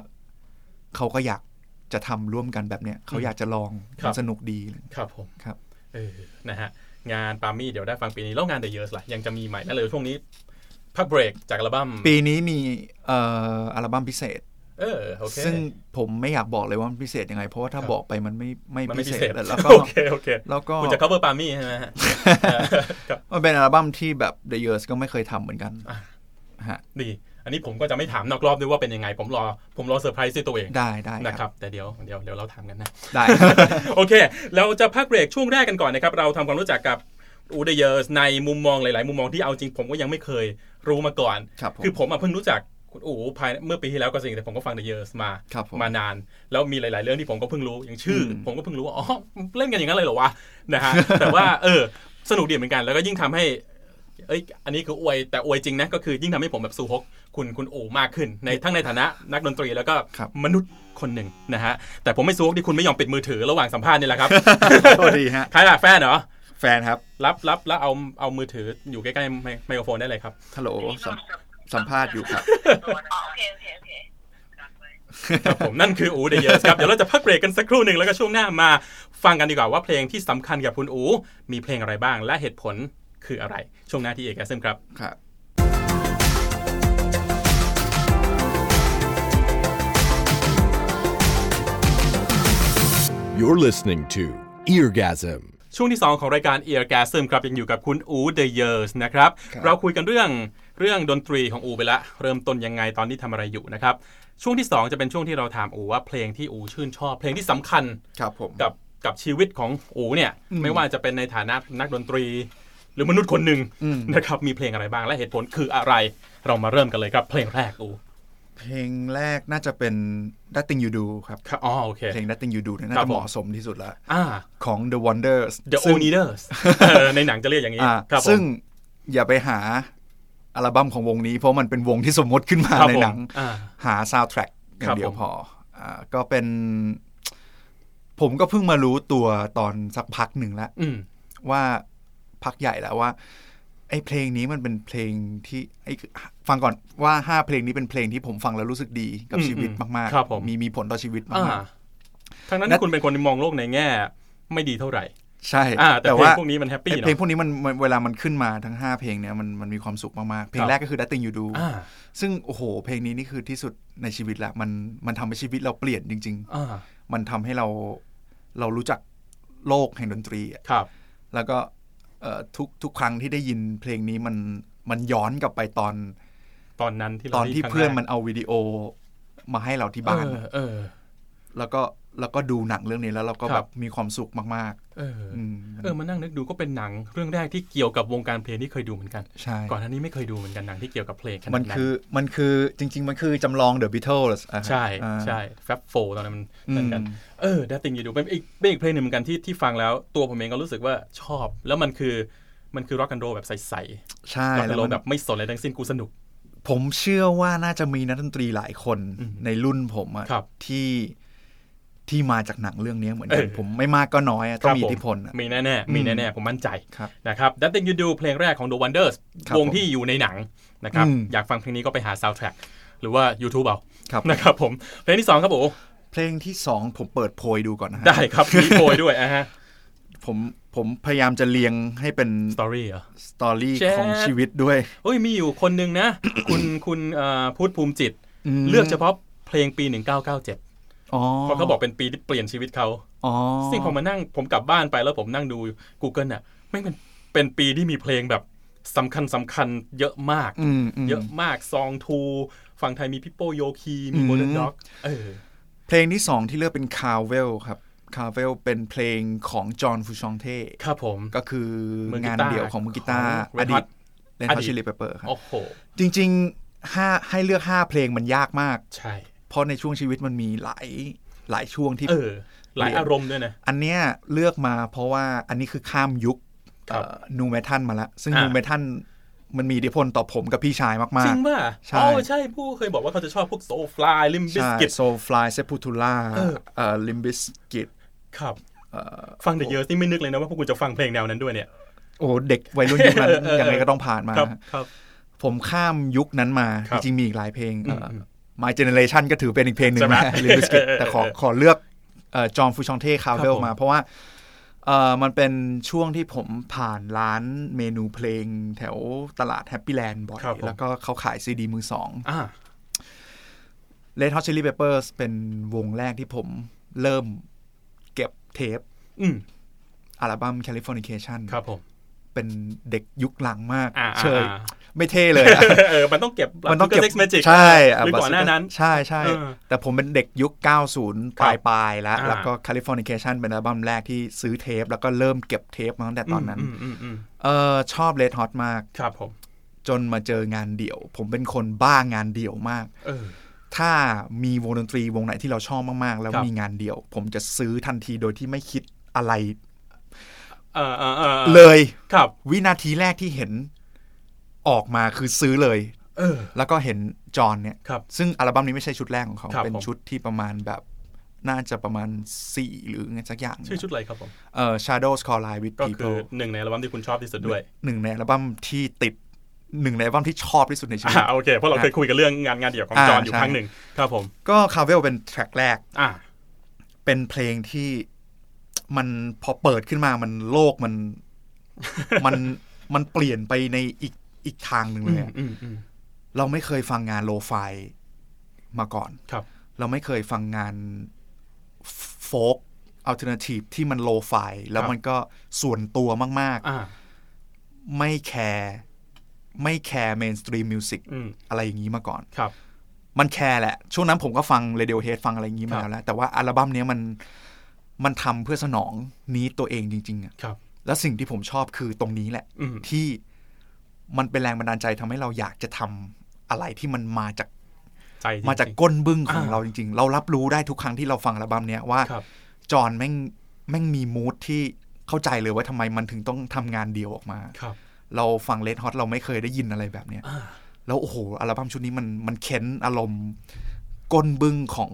Speaker 3: เขาก็อยากจะทำร่วมกันแบบเนี้ยเขาอยากจะลอง
Speaker 2: ครับ
Speaker 3: มันสนุกดีเลย
Speaker 2: ครับผม
Speaker 3: ครับ
Speaker 2: เออนะฮะ งานปามี่เดี๋ยวได้ฟังปีนี้ แล้วงานเด e y เย r s ล่ะ ยังจะมีใหม่ไหมหรือช่วงนี้พักเบรกจากอัลบั้ม
Speaker 3: ปีนี้มีเอ่ออัลบั้มพิเศษ
Speaker 2: เออโอเค
Speaker 3: ซึ่งผมไม่อยากบอกเลยว่ามันพิเศษยังไง เพราะว่าถ้า
Speaker 2: ครับ
Speaker 3: บอกไปมันไม่ไม่
Speaker 2: มัน
Speaker 3: พิ
Speaker 2: ไม่พิ
Speaker 3: เศ
Speaker 2: เศ
Speaker 3: ษ
Speaker 2: ษ
Speaker 3: แล้วก็
Speaker 2: โอเคโอเค
Speaker 3: แล้วก็
Speaker 2: คุณจะ cover ปามี่ใช่ไหม ฮะ เออ ครับ
Speaker 3: มันเป็นอัลบั้มที่แบบ The Years ก็ไม่เคยทำเหมือนกัน
Speaker 2: อ่ะ
Speaker 3: ฮะ
Speaker 2: ดี อันนี้ผมก็จะไม่ถามนอกรอบด้วยว่าเป็นยังไง ผมรอ ผมรอเซอร์ไพรส์ด้วยตัวเอง
Speaker 3: ได้ได้
Speaker 2: นะค
Speaker 3: ค
Speaker 2: รั
Speaker 3: รับบ
Speaker 2: แต่เดี๋ยวเดี๋ยวเดี๋ยวเราถามกันนะ
Speaker 3: ได้
Speaker 2: โอเค เราจะพักเบรกช่วงแรกกันก่อนนะครับ เราทำความรู้จักกับอูเดเยอร์สในมุมมองหลาย ๆ มุมมองที่เอาจริงผมก็ยังไม่เคยรู้มาก่อน
Speaker 3: ครับผม
Speaker 2: คือผมอะเพิ่งรู้จักคุณอูภายเมื่อปีที่แล้วก็จริงแต่ผมก็ฟังเดเยอร์สมา
Speaker 3: ครับผม
Speaker 2: นาน แล้วมีหลาย ๆ เรื่องที่ผมก็เพิ่งรู้อย่างชื่ออผมก็เพิ่งรู้ว่าอ๋อ เล่นกันอย่างนั้นเลยเหรอวะนะฮะ แต่ว่าเออสนุกดีเหมือนกันแล้วก็ยิ่งทำให้ เอ้ยอันนี้คืออวยแต่อวยจริงนะก็คือยิ่งทำให้ผมแบบซูฮกคุณคุณโอมากขึ้น ในทั้งในฐานะนักดนตรีแล้วก็
Speaker 3: ครับ
Speaker 2: มนุษย์คนหนึ่งนะฮะแต่ผมไม่ซูฮกที่คุณไม่ยอมปิดมือถือระหว่างสัมภาษณ์นี่แห ละครับ
Speaker 3: โทษดีฮะ
Speaker 2: ใครล่ะแฟนเหรอ
Speaker 3: แฟนครับ
Speaker 2: รับรับแล้วเอาเอามือถืออยู่ใกล้ๆไมไมโครโฟนได้เลยครับ
Speaker 3: ฮัลโหลสัมสัมภาษณ์อยู่ครับ
Speaker 4: อ๋อโอเคโอเคโอเค
Speaker 2: ครับผมนั่นคืออูเดเยสครับ เดี๋ยวเราจะพักเบรกกันสักครู่หนึ่งแล้วก็ช่วงหน้ามาฟังกันดีกว่าว่าเพลงที่สำคัญกับคุณอูมีเพลงอะไรบ้าง และเหตุผลคืออะไร ช่วงหน้าที่เอกซึมครับ
Speaker 3: ครับ
Speaker 1: You're listening to Eargasm.
Speaker 2: ช่วงที่ 2 ของรายการ Ear g a s m ครับยังอยู่กับคุณอูเดเยสนะครับ
Speaker 3: ครับ
Speaker 2: เราคุยกันเรื่องเรื่องดนตรีของอูไปละ เริ่มต้นยังไงตอนนี้ทำอะไรอยู่นะครับ ช่วงที่ 2 จะเป็นช่วงที่เราถามอูว่าเพลงที่อูชื่นชอบ เพลงที่สำคัญ
Speaker 3: ครับผม
Speaker 2: กับกับชีวิตของอูเนี่ยไม่ว่าจะเป็นในฐานะนักดนตรี หรือมนุษย์คนหนึ่ง
Speaker 3: อืม
Speaker 2: นะครับมีเพลงอะไรบ้างและเหตุผลคืออะไร เรามาเริ่มกันเลยครับ เพลงแรกอู
Speaker 3: เพลงแรกน่าจะเป็น That Thing You Do ครับ
Speaker 2: อ๋อโอเค
Speaker 3: เพลง That Thing You Do เนี่ยน่า
Speaker 2: ครับ
Speaker 3: จะ
Speaker 2: ผม
Speaker 3: เหมาะสมที่สุดละ
Speaker 2: อ่า
Speaker 3: ของ The Wonders
Speaker 2: The
Speaker 3: ซึ่ง
Speaker 2: o n e e d e r s ในหนังจะเรียกอย่างนี้
Speaker 3: อ่า
Speaker 2: ครับผ
Speaker 3: ซึ่ง
Speaker 2: ม
Speaker 3: อย่าไปหาอัลบั้มของวงนี้ เพราะมันเป็นวงที่สมมติขึ้นมา
Speaker 2: ครับ
Speaker 3: ใน
Speaker 2: ผม
Speaker 3: หนัง
Speaker 2: อ่า
Speaker 3: หาซาวด์แทร็กอ
Speaker 2: ครับ
Speaker 3: ย่างเดีย
Speaker 2: ผ
Speaker 3: ว
Speaker 2: ม
Speaker 3: พออ่าก็เป็น ผมก็เพิ่งมารู้ตัวตอนสักพักหนึ่งแล้ว
Speaker 2: อืม
Speaker 3: ว่าพักใหญ่แล้วว่า ไอ้เพลงนี้มันเป็นเพลงที่ไอ้ฟังก่อนว่าห้าเพลงนี้เป็นเพลงที่ผมฟังแล้วรู้สึกดีกับ
Speaker 2: อืม
Speaker 3: ชีวิตมาก
Speaker 2: ครับผม
Speaker 3: มีมีผลต่อชีวิต
Speaker 2: อ่าม
Speaker 3: าก
Speaker 2: ทั้งนั้น
Speaker 3: และ
Speaker 2: คุณเป็นคนมองโลกในแง่ ไม่ดีเท่าไหร่
Speaker 3: ใช่
Speaker 2: อ่าแต่เพลงพวกนี้มันแฮปปี้
Speaker 3: ไอ้
Speaker 2: เนาะ
Speaker 3: เพลงพวกนี้มันมันเวลามันขึ้นมาทั้งห้าเพลงเนี้ยมันมันมีความสุขมากๆ เพล
Speaker 2: ครั
Speaker 3: ง
Speaker 2: บ
Speaker 3: แรกก็คือ Nothing You Do
Speaker 2: อ่า
Speaker 3: ซึ่งโอ้โห เพลงนี้นี่คือที่สุดในชีวิตละมันมันทำให้ชีวิตเราเปลี่ยนจริง
Speaker 2: อ่า
Speaker 3: ๆ มันทำให้เราเรารู้จักโลกแห่งดนตรีอะ
Speaker 2: ครับ
Speaker 3: แล้วก็เอ่อทุกทุกครั้งที่ได้ยินเพลงนี้มันมันย้อนกลับไปตอน
Speaker 2: ตอนนั้นที่รา
Speaker 3: ตอนที่
Speaker 2: ได้ครั้ง
Speaker 3: เพื่อน
Speaker 2: แรก
Speaker 3: มันเอาวิดีโอมาให้เราที่บ้าน
Speaker 2: เออเออ
Speaker 3: แล้วก็แล้วก็ดูหนังเรื่องนี้แล้วเราก็
Speaker 2: ครั
Speaker 3: แบบ บมีความสุขมาก
Speaker 2: เออ
Speaker 3: ๆ อืม
Speaker 2: เออมานั่งนึกดูก็เป็นหนังเรื่องแรกที่เกี่ยวกับวงการเพลงที่เคยดูเหมือนกัน
Speaker 3: ใช่
Speaker 2: ก่อนหน้านี้ไม่เคยดูเหมือนกันหนังที่เกี่ยวกับเพลงขนาด
Speaker 3: มัน
Speaker 2: นั้น
Speaker 3: คือมันคือจริง ๆ มันคือจำลอง The Beatles อะครับ
Speaker 2: ใช่
Speaker 3: อ่า
Speaker 2: ใช่แฟบโฟตอนนั้นมัน
Speaker 3: อืม
Speaker 2: เหมือนกันเออดัตติงอยู่ดูเป็นอีกเป็นอีกเพลงหนึ่งเหมือนกันที่ที่ฟังแล้วตัวผมเองก็รู้สึกว่าชอบ แล้วมันคือมันคือร็อก n ันโรแบบใส
Speaker 3: ใช่
Speaker 2: ๆร็อก n ั
Speaker 3: แล้
Speaker 2: น
Speaker 3: ว
Speaker 2: โร
Speaker 3: มัน
Speaker 2: แบบไม่สนอะไรทั้งสิ้นกูสนุก
Speaker 3: ผมเชื่อว่าน่าจะมีนักดนตรีหลายคนในรุ่นผมอะ
Speaker 2: ครับ
Speaker 3: ที่ที่มาจากหนังเรื่องนี้เหมือนกัน
Speaker 2: เออ
Speaker 3: ผมไม่มากก็น้อยอะต้องมี
Speaker 2: ครับผ
Speaker 3: อิทธิพลอะ
Speaker 2: มีแน่ๆมีแน่ๆผมมั่นใจ
Speaker 3: ครับ
Speaker 2: นะครับ Nothing You Do เพลงแรกของ The Wonders
Speaker 3: ครับ
Speaker 2: วงที่อยู่ในหนังนะครับ
Speaker 3: อืม
Speaker 2: อยากฟังเพลงนี้ก็ไปหา soundtrack หรือว่า YouTube เอา
Speaker 3: ครับ
Speaker 2: นะครับผมเพลงที่สองครับโอ้
Speaker 3: เพลงที่สองผมเปิดโพยดูก่อนนะฮะ
Speaker 2: ได้ครับ มีโพยด้วยนะฮะ
Speaker 3: ผมผมพยายามจะเรียงให้เป็น
Speaker 2: สตอรี่เหรอ
Speaker 3: สตอรี่
Speaker 2: แชร์
Speaker 3: ของชีวิตด้วย
Speaker 2: เอ้ยมีอยู่คนหนึ่งนะ คุณคุณเอ่อพูดภูมิจิต
Speaker 3: อืม
Speaker 2: เลือกเฉพาะเพลงปี 1997
Speaker 3: อ๋อ
Speaker 2: เพราะเขาบอกเป็นปีที่เปลี่ยนชีวิตเขา
Speaker 3: อ๋อ
Speaker 2: ซึ่งพอมานั่งผมกลับบ้านไปแล้วผมนั่งดู Google น่ะไม่งเป็นเป็นปีที่มีเพลงแบบสำคัญสำคัญเยอะมาก
Speaker 3: อืมอืม
Speaker 2: เยอะมากซองทูฝั่งไทยมีพิปโปโยคี มีโมเดิร์นด็อกเออ
Speaker 3: เพลงที่สองที่เลือกเป็นคาเวลครับคาเวลเป็นเพลงของจอห์นฟูชองเท่
Speaker 2: ครับผม
Speaker 3: ก็คือ
Speaker 2: มือกีตาร์
Speaker 3: งานเดี่ยวของมือกีตาร์
Speaker 2: ของ
Speaker 3: อ
Speaker 2: Red
Speaker 3: ดี
Speaker 2: Hot
Speaker 3: ตเลน
Speaker 2: อ
Speaker 3: ท
Speaker 2: ดี
Speaker 3: อ
Speaker 2: ต
Speaker 3: ชิลิเปเปอร์ครับ
Speaker 2: โอ้โห
Speaker 3: จริงๆห้าให้เลือกห้าเพลงมันยากมาก
Speaker 2: ใช่
Speaker 3: เพราะในช่วงชีวิตมันมีหลายหลายช่วงที่
Speaker 2: เออ หลายอารมณ์ด้วยนะ
Speaker 3: อันเนี้ยเลือกมาเพราะว่าอันนี้คือข้ามยุค
Speaker 2: ครับ
Speaker 3: นูเมทันมาละซึ่ง
Speaker 2: อ่า
Speaker 3: นูเมทันมันมีอิทธิพลต่อผมกับพี่ชายมา
Speaker 2: จริ
Speaker 3: ก
Speaker 2: งป่ะ
Speaker 3: ใช่
Speaker 2: อ๋อใช่ผู้เคยบอกว่าเขาจะชอบพวกโซฟลายลิม
Speaker 3: ๆ
Speaker 2: บิ
Speaker 3: ใช่
Speaker 2: สกิต
Speaker 3: โซฟลายเซปูทูล่า
Speaker 2: เออ
Speaker 3: เอ่อลิมบิสกิต
Speaker 2: ครับฟังเดอะเยอร์นี่ไม่นึกเลยนะว่าพวกคุณจะฟังเพลงแนวนั้นด้วยเนี่ย
Speaker 3: โอ้เด็กวัยรุ่นยุคนั้น ยังไงก็ต้องผ่านมา
Speaker 2: ครับครับ
Speaker 3: ผมข้ามยุคนั้นมา
Speaker 2: ครับ
Speaker 3: จริงๆมีอีกหลายเพลงเอ่ออ My Generation ก็ถือเป็นอีกเพลงหนึ่งนะ
Speaker 2: ใช่ไหม
Speaker 3: ลิมบิสกิตแต่ขอขอเลือกจอมฟูชองเท่คาวเด
Speaker 2: ครับ
Speaker 3: ล
Speaker 2: ผม
Speaker 3: มา เพราะว่าเอ่อมันเป็นช่วงที่ผมผ่านร้านเมนูเพลงแถวตลาดแฮปปี้แลนด์บ่อย
Speaker 2: ครับผม
Speaker 3: แล้วก็เขาขายซีดีมือสอง
Speaker 2: อ่า
Speaker 3: เล d ฮอ t ชิล l ี p เปเปอร์เป็นวงแรกที่ผมเริ่มเก็บเทป
Speaker 2: อืม
Speaker 3: อัลบั้ม Californication
Speaker 2: ครับผม
Speaker 3: เป็นเด็กยุคหลังมาก
Speaker 2: อ่า
Speaker 3: เชย
Speaker 2: อ่า
Speaker 3: ไม่เท่เลยอะ
Speaker 2: เออ มันต้องเก็บ
Speaker 3: มันต้องเก็บ
Speaker 2: เซ็กซ์แมจิก
Speaker 3: ใช่ะ
Speaker 2: หรือก่อนหน้านั้น
Speaker 3: ใช่ใช่
Speaker 2: เออ
Speaker 3: แต่ผมเป็นเด็กยุค 90 ปลายปลายๆแล้ว
Speaker 2: อ่า
Speaker 3: แล้วก็ Californication เป็นอัลบั้มแรกที่ซื้อเทป แล้วก็เริ่มเก็บเทปมาตั้งแต่ตอนนั้น
Speaker 2: มอืมอืม
Speaker 3: เออชอบ Red Hot มาก
Speaker 2: ครับผม
Speaker 3: จนมาเจองานเดี่ยว ผมเป็นคนบ้างานเดี่ยวมาก
Speaker 2: เออ
Speaker 3: ถ้ามีวงดนตรีวงไหนที่เราชอบมาก ๆ แล้ว
Speaker 2: ครับ
Speaker 3: มีงานเดี่ยว ผมจะซื้อทันทีโดยที่ไม่คิดอะไร
Speaker 2: เออเออเออ
Speaker 3: เลย
Speaker 2: ครับ
Speaker 3: วินาทีแรกที่เห็น ออกมาคือซื้อเลย
Speaker 2: เออ
Speaker 3: แล้วก็เห็นจอห์นเนี่ย
Speaker 2: ครับ
Speaker 3: ซึ่งอัลบั้มนี้ไม่ใช่ชุดแรกของเขา
Speaker 2: ครับ
Speaker 3: เป็น
Speaker 2: ผม
Speaker 3: ชุดที่ประมาณแบบ น่าจะประมาณสี่หรือไงสักอย่าง
Speaker 2: ชื่อชุดอะไรครับผม
Speaker 3: เอ่อ Shadows Call Line with
Speaker 2: ก็คือ
Speaker 3: People
Speaker 2: หนึ่งในอัลบั้มที่คุณชอบที่สุดด้วย
Speaker 3: หนึ่งในอัลบั้มที่ติดหนึ่งในอัลบั้มที่ชอบที่สุดในชีวิต
Speaker 2: อ่าโอเคเพราะเรา
Speaker 3: อ่ะ
Speaker 2: เคยคุยกันเรื่องงานงานเดี่ยวของ
Speaker 3: อ่า
Speaker 2: จอห์นอยู่
Speaker 3: ใช่
Speaker 2: ครั้งหนึ่งครับผม
Speaker 3: ก็ Carvel เป็นแทร็กแรก
Speaker 2: อ่า
Speaker 3: เป็นเพลงที่มันพอเปิดขึ้นมามันโลก มัน มันมันเปลี่ยนไปในอีกอีกทางหนึ่งเลยอะ
Speaker 2: อืมอืม
Speaker 3: เราไม่เคยฟังงานโลไฟมาก่อน
Speaker 2: ครับ
Speaker 3: เราไม่เคยฟังงานโฟกอัลเทอร์เนทีฟที่มันโลไฟแล้ว
Speaker 2: ครับ
Speaker 3: มันก็ส่วนตัวมาก
Speaker 2: อ่า
Speaker 3: ๆ ไม่แคร์ไม่แคร์เมนสตรีมมิวสิก
Speaker 2: อืม
Speaker 3: อะไรอย่างนี้มาก่อน
Speaker 2: ครับ
Speaker 3: มันแคร์แหละ ช่วงนั้นผมก็ฟัง Radiohead ฟังอะไรอย่างนี้มา
Speaker 2: ครับ
Speaker 3: แล้ว แต่ว่าอัลบั้มเนี้ยมันมันทำเพื่อสนองนี้ตัวเองจริง ๆอะ
Speaker 2: ครับ
Speaker 3: แล้วสิ่งที่ผมชอบคือตรงนี้แหละ
Speaker 2: อืม
Speaker 3: ที่มันเป็นแรงบันดาลใจทำให้เราอยากจะทำอะไรที่มันมาจาก
Speaker 2: ใจริงๆ
Speaker 3: มาจากก้นบึ้งของ
Speaker 2: อ่า
Speaker 3: เราจริง ๆ เรารับรู้ได้ทุกครั้งที่เราฟังอัลบั้มเนี้ยว่า
Speaker 2: ครับ
Speaker 3: จอห์นแม่งแม่งมีมูทที่เข้าใจเลยว่าทำไมมันถึงต้องทำงานเดียวออกมา
Speaker 2: ครับ
Speaker 3: เราฟังเลดฮอตเราไม่เคยได้ยินอะไรแบบเนี้ย
Speaker 2: อ่า
Speaker 3: แล้วโอ้โห อัลบั้มชุดนี้มันมันเค้นอารมณ์ก้นบึ้งของ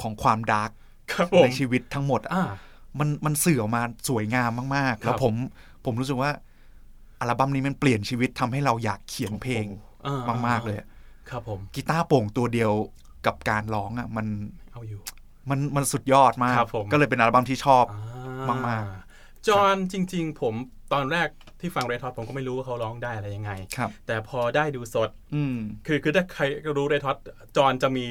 Speaker 3: ของความดาร์ก
Speaker 2: ครับผม
Speaker 3: ในชีวิตทั้งหมดอะ
Speaker 2: อ่า
Speaker 3: มันมันสื่อออกมาสวยงามมาก
Speaker 2: ครับ
Speaker 3: ๆ แล้วผมผมรู้สึกว่า อัลบั้มนี้มันเปลี่ยนชีวิตทำให้เราอยากเขียนเพลง
Speaker 2: อ่
Speaker 3: มาก ๆ เลยอะ
Speaker 2: ครับผม
Speaker 3: กีตาร์โปร่งตัวเดียวกับการร้องอ่ะมัน
Speaker 2: เอาอยู่
Speaker 3: มันมันสุดยอดมาก
Speaker 2: ครับผม
Speaker 3: ก็เลยเป็นอัลบั้มที่ชอบ
Speaker 2: อ่
Speaker 3: มาก
Speaker 2: จอห์นจริง ๆ ผมตอนแรกที่ฟังเรท o อตผมก็ไม่รู้ว่าเขาร้องได้อะไรยังไง
Speaker 3: ครับ
Speaker 2: แต่พอได้ดูสด
Speaker 3: อืม
Speaker 2: คือคือถ้าใครรู้เรท o อตจอห์นจะมี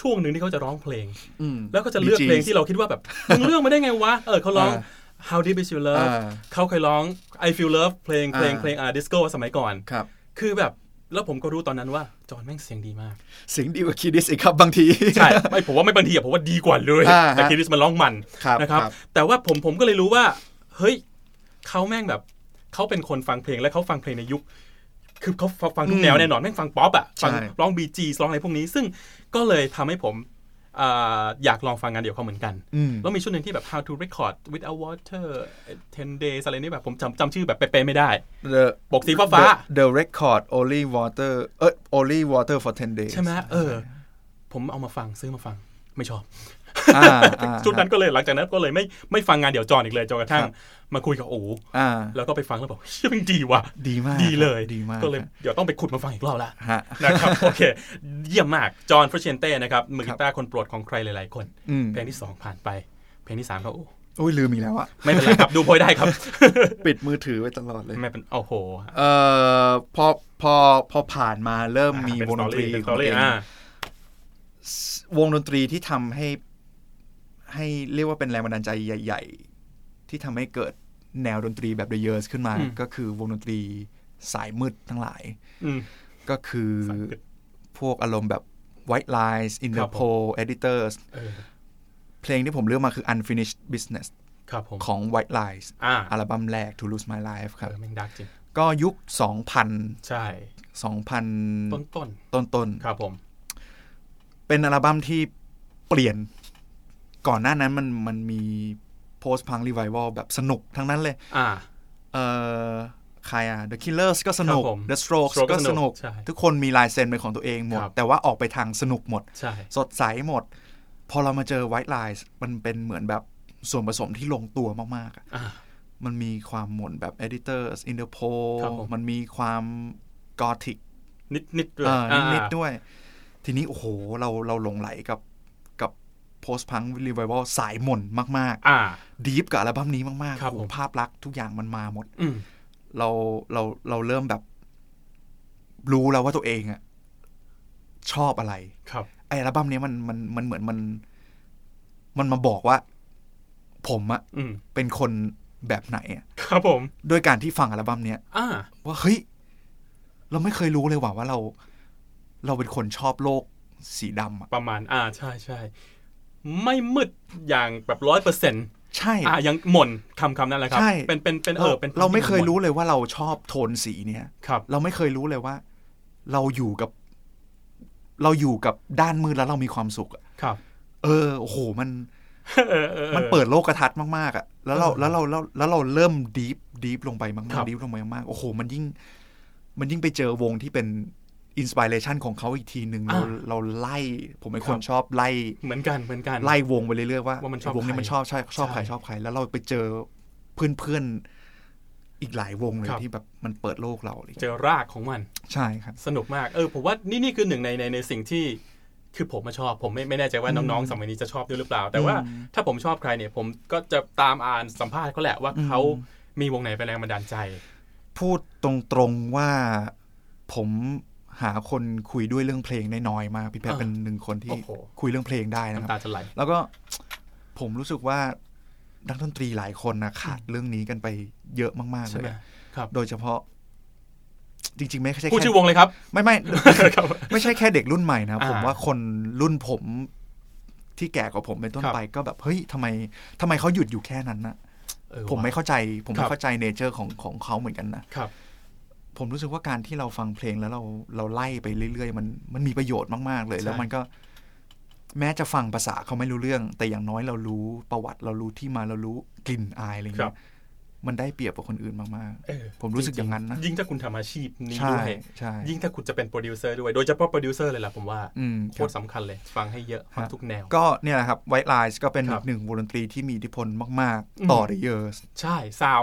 Speaker 2: ช่วงหนึ่งที่เขาจะร้องเพลง
Speaker 3: อืม
Speaker 2: แล้วก็จะเลือก
Speaker 3: BGs
Speaker 2: เพลงที่เราคิดว่าแบบ มึงเลือกมาได้ไงวะ เออเขาร้อง
Speaker 3: อ่า
Speaker 2: How Deep Is Your Love
Speaker 3: อ่า
Speaker 2: เขาเคยร้อง I Feel Love เพลงเพลง
Speaker 3: อ่า
Speaker 2: เพลงอ่าดิสโก้สมัยก่อน
Speaker 3: ครับ
Speaker 2: คือแบบแล้วผมก็รู้ตอนนั้นว่า จอห์นแม่งเสียงดีมาก
Speaker 3: เสียงดีกว่าคีดิสอีกครับบางที
Speaker 2: ใช่ไม่ผมว่าไม่บางทีอะผมว่าดีกว่าเลย
Speaker 3: อ่าฮะ
Speaker 2: แต่คิริสมันร้องมัน
Speaker 3: ครับ
Speaker 2: นะครับ
Speaker 3: ครับ
Speaker 2: แต่ว่าผมผมก็เลยรู้ว่า เฮ้ยเขาแม่งแบบเขาเป็นคนฟังเพลงและเขาฟังเพลงในยุค คือเขาฟังทุกแนวแน่นอนแม่งฟังป๊อปอะฟัง
Speaker 3: ใช่
Speaker 2: ร้องบีจีร้องอะไรพวกนี้ ซึ่งก็เลยทำให้ผมอ่าอยากลองฟังงานเดี่ยวเขาเหมือนกัน
Speaker 3: อืม
Speaker 2: แล้วมีชุดหนึ่งที่แบบ how to record without water 10 days อะไรนี่แบบผมจำจำชื่อแบบเป๊ะๆไม่ได้
Speaker 3: The
Speaker 2: ปกสีฟ้า
Speaker 3: the,
Speaker 2: ๆ
Speaker 3: the record only water เออ only water for 10 days
Speaker 2: ใช่ไหมเออ ผมเอามาฟังซื้อมาฟังไม่ชอบ
Speaker 3: อ่าอ่า
Speaker 2: ชุดนั้นก็เลยหลังจากนั้นก็เลยไม่ไม่ฟังงานเดี่ยวจอนอีกเลยจนกระทั่ง
Speaker 3: ครับ
Speaker 2: มาคุยกับโอ๋
Speaker 3: อ่า
Speaker 2: แล้วก็ไปฟังแล้วบอกเชื่อมันดีว่ะ
Speaker 3: ดีมาก
Speaker 2: ดีเลย
Speaker 3: ดีมาก
Speaker 2: ก็เลยเดี๋ยวต้องไปขุดมาฟังอีกรอบละ
Speaker 3: ฮะ
Speaker 2: นะครับ โอเค เยี่ยมมากจอห์นฟรเชนเต้นะครับมือกีตาร์คนโปรดของใครหลายๆคน
Speaker 3: อืม
Speaker 2: เพลงที่สองผ่านไป เพลงที่สามก็โอ้
Speaker 3: โอ้ยลืมอีกแล้วอะ
Speaker 2: ไม่เป็นไรครับ ดูโพยได้ ครับ
Speaker 3: ปิดมือถือไว้ตลอดเลย
Speaker 2: ไม่เป็นโอ้โห
Speaker 3: เอ่อพอพอพอผ่านมาเริ่มมี
Speaker 2: อ่ะเป็
Speaker 3: วงดนตรี
Speaker 2: เป็น
Speaker 3: ข
Speaker 2: ส
Speaker 3: อง
Speaker 2: อ
Speaker 3: ตัว
Speaker 2: รี่
Speaker 3: เอง
Speaker 2: อ่ะ
Speaker 3: วงดนตรีที่ทำให้ ให้เรียกว่าเป็นแรงบันดาลใจใหญ่ ๆ ที่ทำให้เกิดแนวดนตรีแบบ The Years ขึ้นมา ก็คือวงดนตรีสายมืดทั้งหลาย
Speaker 2: อืม
Speaker 3: ก็คือ
Speaker 2: สังเกต
Speaker 3: พวกอารมณ์แบบ White Lies
Speaker 2: ครับผม
Speaker 3: Interpol Editors
Speaker 2: เออ
Speaker 3: เพลงที่ผมเลือกมาคือ Unfinished Business
Speaker 2: ครับผม
Speaker 3: ของ White Lies
Speaker 2: อ่า
Speaker 3: อัลบั้มแรก To Lose My Life ค
Speaker 2: เอ
Speaker 3: รั
Speaker 2: อ
Speaker 3: บ
Speaker 2: แม่งดักจริง
Speaker 3: ก็ยุค 2000
Speaker 2: ใช่ต้น
Speaker 3: 2000
Speaker 2: ต้น
Speaker 3: ต้น
Speaker 2: ๆครับผม
Speaker 3: ๆ เป็นอัลบั้มที่เปลี่ยนก่อนหน้านั้นมันมันมี Post Punk Revival แบบสนุกทั้งนั้นเลย
Speaker 2: อ่า
Speaker 3: เอ่อใครอ่ะ The Killers ก็สนุก
Speaker 2: ครับผม
Speaker 3: The Strokes
Speaker 2: Strokes ก็
Speaker 3: ก็
Speaker 2: ส
Speaker 3: ส
Speaker 2: นุ
Speaker 3: นุ
Speaker 2: ก
Speaker 3: ก
Speaker 2: ใช่
Speaker 3: ทุกคนมีลายเซ็นเป็นของตัวเองหมด
Speaker 2: ครับ
Speaker 3: แต่ว่าออกไปทางสนุกหมด
Speaker 2: ใช่
Speaker 3: สดใสหมด พอเรามาเจอ White Lines มันเป็นเหมือนแบบส่วนผสมที่ลงตัวมากๆอะ
Speaker 2: อ่า
Speaker 3: มันมีความหม่นแบบ Editors Interpol
Speaker 2: ครับผม
Speaker 3: มันมีความ Gothic
Speaker 2: นิดนิดๆด้วย
Speaker 3: เอ่อนิด
Speaker 2: อ่า
Speaker 3: ๆด้วย ทีนี้ โอ้โห เราเราหลงไหลกับกับ Post Punk Revival สายหม่นมาก
Speaker 2: อ่า
Speaker 3: ๆ ดีฟกับอัลบั้มนี้มากๆ
Speaker 2: ครับ
Speaker 3: โอ้โห
Speaker 2: ผม
Speaker 3: ภาพลักษณ์ทุกอย่างมันมาหมด
Speaker 2: อืม
Speaker 3: เราเราเราเริ่มแบบ รู้แล้วว่าตัวเองอะชอบอะไร
Speaker 2: ครับ
Speaker 3: ไออัลบั้มเนี้ยมันมันมันเหมือนมัน มันมาบอกว่า ผมอะ
Speaker 2: อืม
Speaker 3: เป็นคนแบบไหนอะ
Speaker 2: ครับผม
Speaker 3: ด้วยการที่ฟังอัลบั้มเนี้ย
Speaker 2: อ่า
Speaker 3: ว่าเฮ้ย เราไม่เคยรู้เลยว่าว่าเรา เราเป็นคนชอบโลกสีดำอะ
Speaker 2: ประมาณ อ่า ใช่ใช่ ไม่มืดอย่างแบบร้อยเปอร์เซ็นต์
Speaker 3: ใช่
Speaker 2: อ่า ยังหม่นคำคำนั้นแหละครับ
Speaker 3: ใช่
Speaker 2: เป็น เป็น เป็น เออ เป็น
Speaker 3: เราไม่เคยรู้เลยว่าเราชอบโทนสีเนี้ย
Speaker 2: ครับ
Speaker 3: เราไม่เคยรู้เลยว่า เราอยู่กับ เราอยู่กับด้านมืดแล้วเรามีความสุขอะ
Speaker 2: ครับ
Speaker 3: เออโอ้โหมัน
Speaker 2: เออออออ
Speaker 3: มันเปิดโลกกระทัดมาก ๆ อ่ะ แล้วเรา
Speaker 2: เออ
Speaker 3: แล้วเราแล้วแล้วเราเริ่มดีฟดีฟลงไปมา
Speaker 2: ครั
Speaker 3: ก
Speaker 2: บ
Speaker 3: ๆดีฟลงไปมากๆโอ้โห มันยิ่ง มันยิ่งไปเจอวงที่เป็นอินสปิเรชันของเขาอีกทีหนึ่งเรา
Speaker 2: อ่า
Speaker 3: เราไล่ผมเป็น
Speaker 2: ค
Speaker 3: ค
Speaker 2: รั
Speaker 3: น
Speaker 2: บ
Speaker 3: ชอบไล่
Speaker 2: เหมือนกันเหมือนกัน
Speaker 3: ไล่วงไปเรื่อยๆว่า
Speaker 2: ว่ามันชอบ
Speaker 3: วงนี้
Speaker 2: ใคร
Speaker 3: มันชอบใช่ชอบใคร
Speaker 2: ใช่
Speaker 3: ชอบใคร แล้วเราไปเจอเพื่อนๆอีกหลายวงเลย
Speaker 2: ครับ
Speaker 3: ที่แบบมันเปิดโลกเราเลย
Speaker 2: เจอรากของมัน
Speaker 3: ใช่ครับ
Speaker 2: สนุกมาก เออ ผมว่านี่นี่คือหนึ่งในในในสิ่งที่คือผมมาชอบ ผมไม่ไม่แน่ใจว่าน้องๆสมัยนี้จะชอบด้วยหรือเปล่า แต่ว่า
Speaker 3: อืม
Speaker 2: ถ้าผมชอบใครเนี่ย ผมก็จะตามอ่านสัมภาษณ์เขาแหละว่า
Speaker 3: อืม
Speaker 2: เขามีวงไหนเป็นแรงบันดาลใจ
Speaker 3: พูดตรงๆว่าผมหาคนคุยด้วยเรื่องเพลงได้น้อยมาก พี่แพท
Speaker 2: อ่า
Speaker 3: เป็นหนึ่งคน
Speaker 2: โอ้
Speaker 3: ที่
Speaker 2: โห
Speaker 3: คุยเรื่องเพลงได้นะครับ
Speaker 2: น้ำตาจะไหล
Speaker 3: แล้วก็ ผมรู้สึกว่านักดนตรีหลายคนนะขาดเรื่องนี้กันไปเยอะมากๆ
Speaker 2: ใช่
Speaker 3: เล
Speaker 2: ไหม
Speaker 3: ย
Speaker 2: ครับ
Speaker 3: โดยเฉพาะ จริง ๆ ไม่ใช่
Speaker 2: พูด
Speaker 3: แค่
Speaker 2: ชื่อวงเลยครับ
Speaker 3: ไม่ ไม่
Speaker 2: ครับ
Speaker 3: ไม่ใช่แค่เด็กรุ่นใหม่นะผม
Speaker 2: อ่า
Speaker 3: ว่าคนรุ่นผมที่แก่กว่าผมเป็นต้น
Speaker 2: ครับ
Speaker 3: ไปก็แบบเฮ้ยทำไมทำไมเขาหยุดอยู่แค่นั้นนะ
Speaker 2: เออ
Speaker 3: ผม
Speaker 2: ว่ะ
Speaker 3: ไม่เข้าใจ ผม
Speaker 2: ครั
Speaker 3: ไม่
Speaker 2: บ
Speaker 3: เข้าใจเนเจอร์ของของเขาเหมือนกันนะ
Speaker 2: ครับ
Speaker 3: ผมรู้สึกว่าการที่เราฟังเพลงแล้วเราเราไล่ไปเรื่อยๆ มันมันมีประโยชน์มากๆเลย
Speaker 2: ใช่
Speaker 3: แล้วมันก็ แม้จะฟังภาษาเขาไม่รู้เรื่อง แต่อย่างน้อยเรารู้ประวัติเรารู้ที่มาเรารู้กลิ่นอายอะไร
Speaker 2: ครับ
Speaker 3: เงี้ยมันได้เปรียบกว่าคนอื่นมาก
Speaker 2: เออ
Speaker 3: ผมรู้สึกอย่างนั้นนะ
Speaker 2: ยิ่งถ้าคุณทำอาชีพ
Speaker 3: ๆ
Speaker 2: นี้
Speaker 3: ใช่
Speaker 2: ด้วย
Speaker 3: ใช่
Speaker 2: ยิ่งถ้าคุณจะเป็นโปรดิวเซอร์ด้วย โดยเฉพาะโปรดิวเซอร์เลยล่ะผมว่า
Speaker 3: อืม
Speaker 2: โค
Speaker 3: ครั
Speaker 2: ต
Speaker 3: บ
Speaker 2: รสำคัญเลย ฟังให้เยอะฟัง
Speaker 3: ฮะ
Speaker 2: ทุกแนว
Speaker 3: ก็เนี่ยแหละครับไวท์ไลน์ก็เป็น
Speaker 2: ครั
Speaker 3: อี
Speaker 2: บ
Speaker 3: กหนึ่งวงดนตรีที่มีอิทธิพลมาก
Speaker 2: อืม
Speaker 3: ๆ ต่อ the years
Speaker 2: ใช่ซาว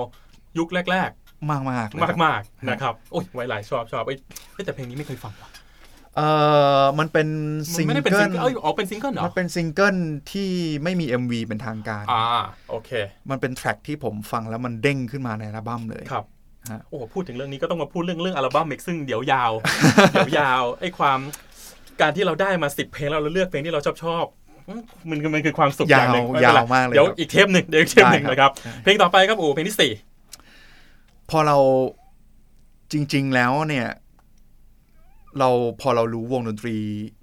Speaker 2: ยุคแรก
Speaker 3: มากๆเลยครับ
Speaker 2: ๆ มากๆนะครับโอ้ยไวไลายชอบชอบเอ้ยเอ้ยแต่เพลงนี้ไม่เคยฟังว่ะ
Speaker 3: เออมันเป็น
Speaker 2: มั
Speaker 3: ซิ
Speaker 2: น
Speaker 3: ง
Speaker 2: ไม่ได้เป็น
Speaker 3: เกิ
Speaker 2: ซิ
Speaker 3: ล
Speaker 2: งเกิลเอ้ยออกเป็นซิงเกิลเหรอ
Speaker 3: มันเป็นซิงเกิลที่ไม่มี MV เป็นทางการ
Speaker 2: อ่าโอเค
Speaker 3: มันเป็นแทร็กที่ผมฟังแล้วมันเด้งขึ้นมาในอัลบั้มเลย
Speaker 2: ครับ
Speaker 3: ฮะ
Speaker 2: โอ้โหพูดถึงเรื่องนี้ก็ต้องมาพูดเรื่องเรื่องอัลบั้มอีกซึ่งเดี๋ยว ยาว เดี๋ยวยาวไอ้ความการที่เราได้มาสิบเพลงแล้วเราเลือกเพลงที่เราชอบชอบมันมันคือความสุขอย
Speaker 3: าว
Speaker 2: ย่างหนึ่งไป็นไร
Speaker 3: ยาวมากเลย
Speaker 2: เดี๋ยว
Speaker 3: ครับ
Speaker 2: อีกเทปหนึ่งเดี๋ยวอีกเทปหนึ่ง
Speaker 3: ได้
Speaker 2: นะค
Speaker 3: ครั
Speaker 2: รับ
Speaker 3: บได้
Speaker 2: เพลงต่อไปครับโอ้โหเพลงที่สี่
Speaker 3: พอเราจริง ๆ แล้วเนี่ย เราพอเรารู้วงดนตรี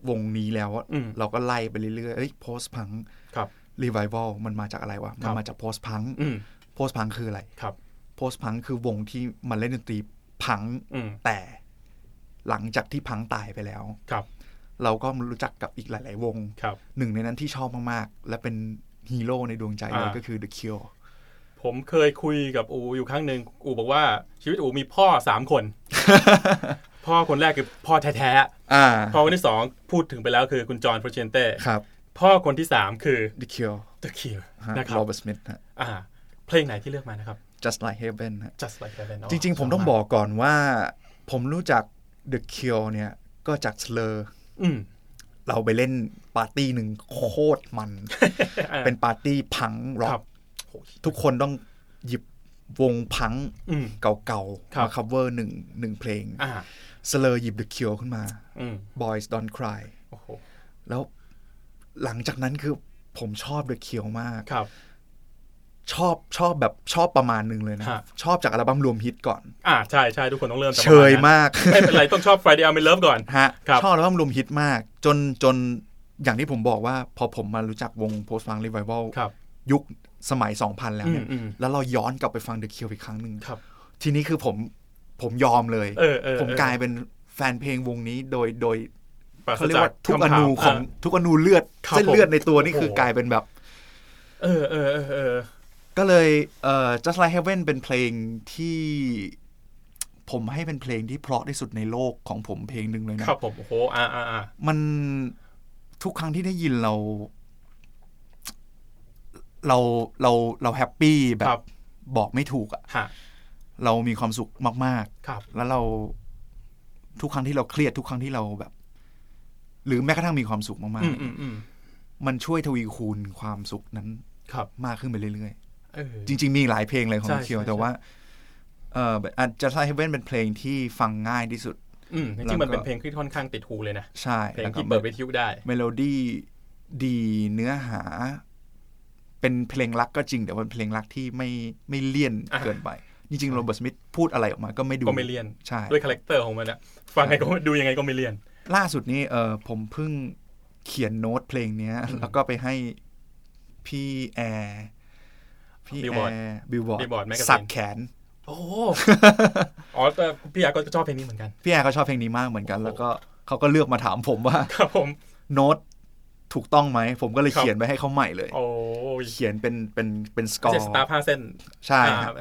Speaker 3: วงนี้แล้วอะ
Speaker 2: อืม
Speaker 3: เราก็ไล่ไปเรื่อยๆเอ้ยโพสพัง
Speaker 2: ครับ
Speaker 3: รีไววัลมันมาจากอะไรวะ มันมาจากโพสพัง
Speaker 2: อืม
Speaker 3: โพสพังคืออะไร
Speaker 2: ครับ
Speaker 3: โพสพังคือวงที่มันเล่นดนตรีพัง
Speaker 2: อืม
Speaker 3: แต่ หลังจากที่พังตายไปแล้ว
Speaker 2: ครับ
Speaker 3: เราก็รู้จักกับอีกหลาย ๆ วง
Speaker 2: ครับ
Speaker 3: หนึ่งในนั้นที่ชอบมากๆ และเป็นฮีโร่ในดวงใจเลย
Speaker 2: อ่า
Speaker 3: ก็คือ The Cure
Speaker 2: ผมเคยคุยกับอูอยู่ครั้งหนึ่งอูบอกว่าชีวิตอูมีพ่อสามคน พ่อคนแรกคือพ่อแท้
Speaker 3: อ่า
Speaker 2: ๆพ่อคนที่สองพูดถึงไปแล้วคือคุณจอห์นฟรเชนเต้
Speaker 3: ครับ
Speaker 2: พ่อคนที่ 3 คือ
Speaker 3: The Cure
Speaker 2: The Cure
Speaker 3: ฮะ
Speaker 2: นะครับ
Speaker 3: Robert Smith ฮะ
Speaker 2: อ่า เพลงไหนที่เลือกมานะครับ
Speaker 3: Just Like Heaven ฮะ
Speaker 2: Just Like Heaven เนะ
Speaker 3: จริง ๆ ผมต้องบอกก่อนว่า ผมรู้จัก The Cure เนี่ย ก็จาก Slur
Speaker 2: อืม
Speaker 3: เราไปเล่นปาร์ตี้หนึ่งโคตรมัน
Speaker 2: อ่า
Speaker 3: เป็นปาร์ตี้พังร็อ
Speaker 2: ครับ
Speaker 3: ก
Speaker 2: โห
Speaker 3: ทุกคนต้องหยิบวงพัง
Speaker 2: อืม
Speaker 3: เก่า
Speaker 2: ครับ
Speaker 3: ๆมา cover หนึ่งหนึ่งเพลง
Speaker 2: อ่า
Speaker 3: Slur หยิบ The Cure ขึ้นมา
Speaker 2: อืม
Speaker 3: Boys Don't Cry
Speaker 2: โอ้โห
Speaker 3: แล้วหลังจากนั้นคือผมชอบ The Cure มาก
Speaker 2: ครับ
Speaker 3: ชอบชอบแบบชอบประมาณหนึ่งเลยนะ
Speaker 2: ฮะ
Speaker 3: ชอบจากอัลบั้มรวมฮิตก่อน
Speaker 2: อ่า ใช่ใช่ทุกคนต้องเริ่มจก
Speaker 3: เชยมาก
Speaker 2: ประมาณนั้นไม่เป็นไร ต้องชอบ Friday I'm in Love ก่อน
Speaker 3: ฮะ
Speaker 2: ครับ
Speaker 3: ชอบอัลบั้มรวมฮิตมาก จนจนอย่างที่ผมบอกว่า พอผมมารู้จักวง Post Punk Revival
Speaker 2: ครับ
Speaker 3: ยุคสมัย 2000 แล้วเนี่ย
Speaker 2: อืมอืม
Speaker 3: แล้วเราย้อนกลับไปฟัง The Cure อีกครั้งหนึ่ง
Speaker 2: ครับ
Speaker 3: ทีนี้คือผมผมยอมเลย
Speaker 2: เออเออเออ
Speaker 3: ผมกลายเป็นแฟนเพลงวงนี้โดยโดย
Speaker 2: ปศ
Speaker 3: เขาเรียกว่าทุก
Speaker 2: คำ
Speaker 3: อ
Speaker 2: ถาม
Speaker 3: นูของ
Speaker 2: า
Speaker 3: ทุกอนูเลือด
Speaker 2: ครับ
Speaker 3: เส้นเลือดในตัวนี่
Speaker 2: ผม
Speaker 3: คือกลายเป็นแบบ
Speaker 2: เออเออเออเออ
Speaker 3: ก็เลยเอ่อ Just Like Heaven เป็นเพลงที่ผมให้เป็นเพลงที่เพราะที่สุดในโลกของผมเพลงหนึ่งเลยนะ
Speaker 2: ครับผม โอ้โห อ่าอ่าอ่า
Speaker 3: มันทุกครั้งที่ได้ยินเรา เราเราเราแฮปปี้แบ
Speaker 2: ครับ บ
Speaker 3: บอกไม่ถูกอะ
Speaker 2: ฮะ
Speaker 3: เรามีความสุขมาก
Speaker 2: ครับ
Speaker 3: ๆ แล้วเราทุกครั้งที่เราเครียดทุกครั้งที่เราแบบ หรือแม้กระทั่งมีความสุขมาก
Speaker 2: อืมอืมอืม
Speaker 3: ๆ มันช่วยทวีคูณความสุขนั้น
Speaker 2: ครับ
Speaker 3: มากขึ้นไปเรื่อยๆ
Speaker 2: เออ
Speaker 3: จริง ๆ มีหลายเพลงเลยของ
Speaker 2: ใช่
Speaker 3: เคียว
Speaker 2: ใช่
Speaker 3: แต่ว่า เอ่ออาจจะใช้เว้นเป็นเพลงที่ฟังง่ายที่สุด
Speaker 2: อืมจริงๆมันเป็นเพลงที่ค่อนข้างติดหูเลยนะ
Speaker 3: ใช่
Speaker 2: เพลง
Speaker 3: แล้วก็
Speaker 2: ที่เปิดวิทยุได้
Speaker 3: เมโลดี้ดีเนื้อหา เป็นเพลงรักก็จริง แต่ว่าเป็นเพลงรักที่ไม่ไม่เลี่ยน
Speaker 2: อ่า
Speaker 3: เกินไป จริงๆโรเบิร์ตสมิธพูดอะไรออกมาก็ไม่ดู
Speaker 2: ก็ไม่เลี่ยน
Speaker 3: ใช่
Speaker 2: ด้วยคาแรคเตอร์ของมันนะฟังไงก็ดูยังไงก็ไม่เลี่ยน
Speaker 3: ล่าสุดนี้เออผมเพิ่งเขียนโน้ตเพลงเนี้ย แล้วก็ไปให้พี่แอร์พี่แอ
Speaker 2: Billboard
Speaker 3: ร์บิลบอร์
Speaker 2: Billboard Magazine
Speaker 3: สักแขน
Speaker 2: โอ้ อ๋อแต่พี่อาก็ชอบเพลงนี้เหมือนกัน
Speaker 3: พี่แอร์เขาชอบเพลงนี้มากเหมือนกัน แล้วก็เขาก็เลือกมาถามผมว่า
Speaker 2: ครับผม
Speaker 3: โน้ตถูกต้องไหม ผมก็เลย
Speaker 2: ครับ
Speaker 3: เขียนไปให้เขาใหม่เลย
Speaker 2: โอ้ย
Speaker 3: เขียนเป็นเป็นเป็นสกอ
Speaker 2: ไม่
Speaker 3: ร์
Speaker 2: ใช่สตาร์ผ้าเส้น
Speaker 3: ใช่
Speaker 2: อ่า
Speaker 3: ครับ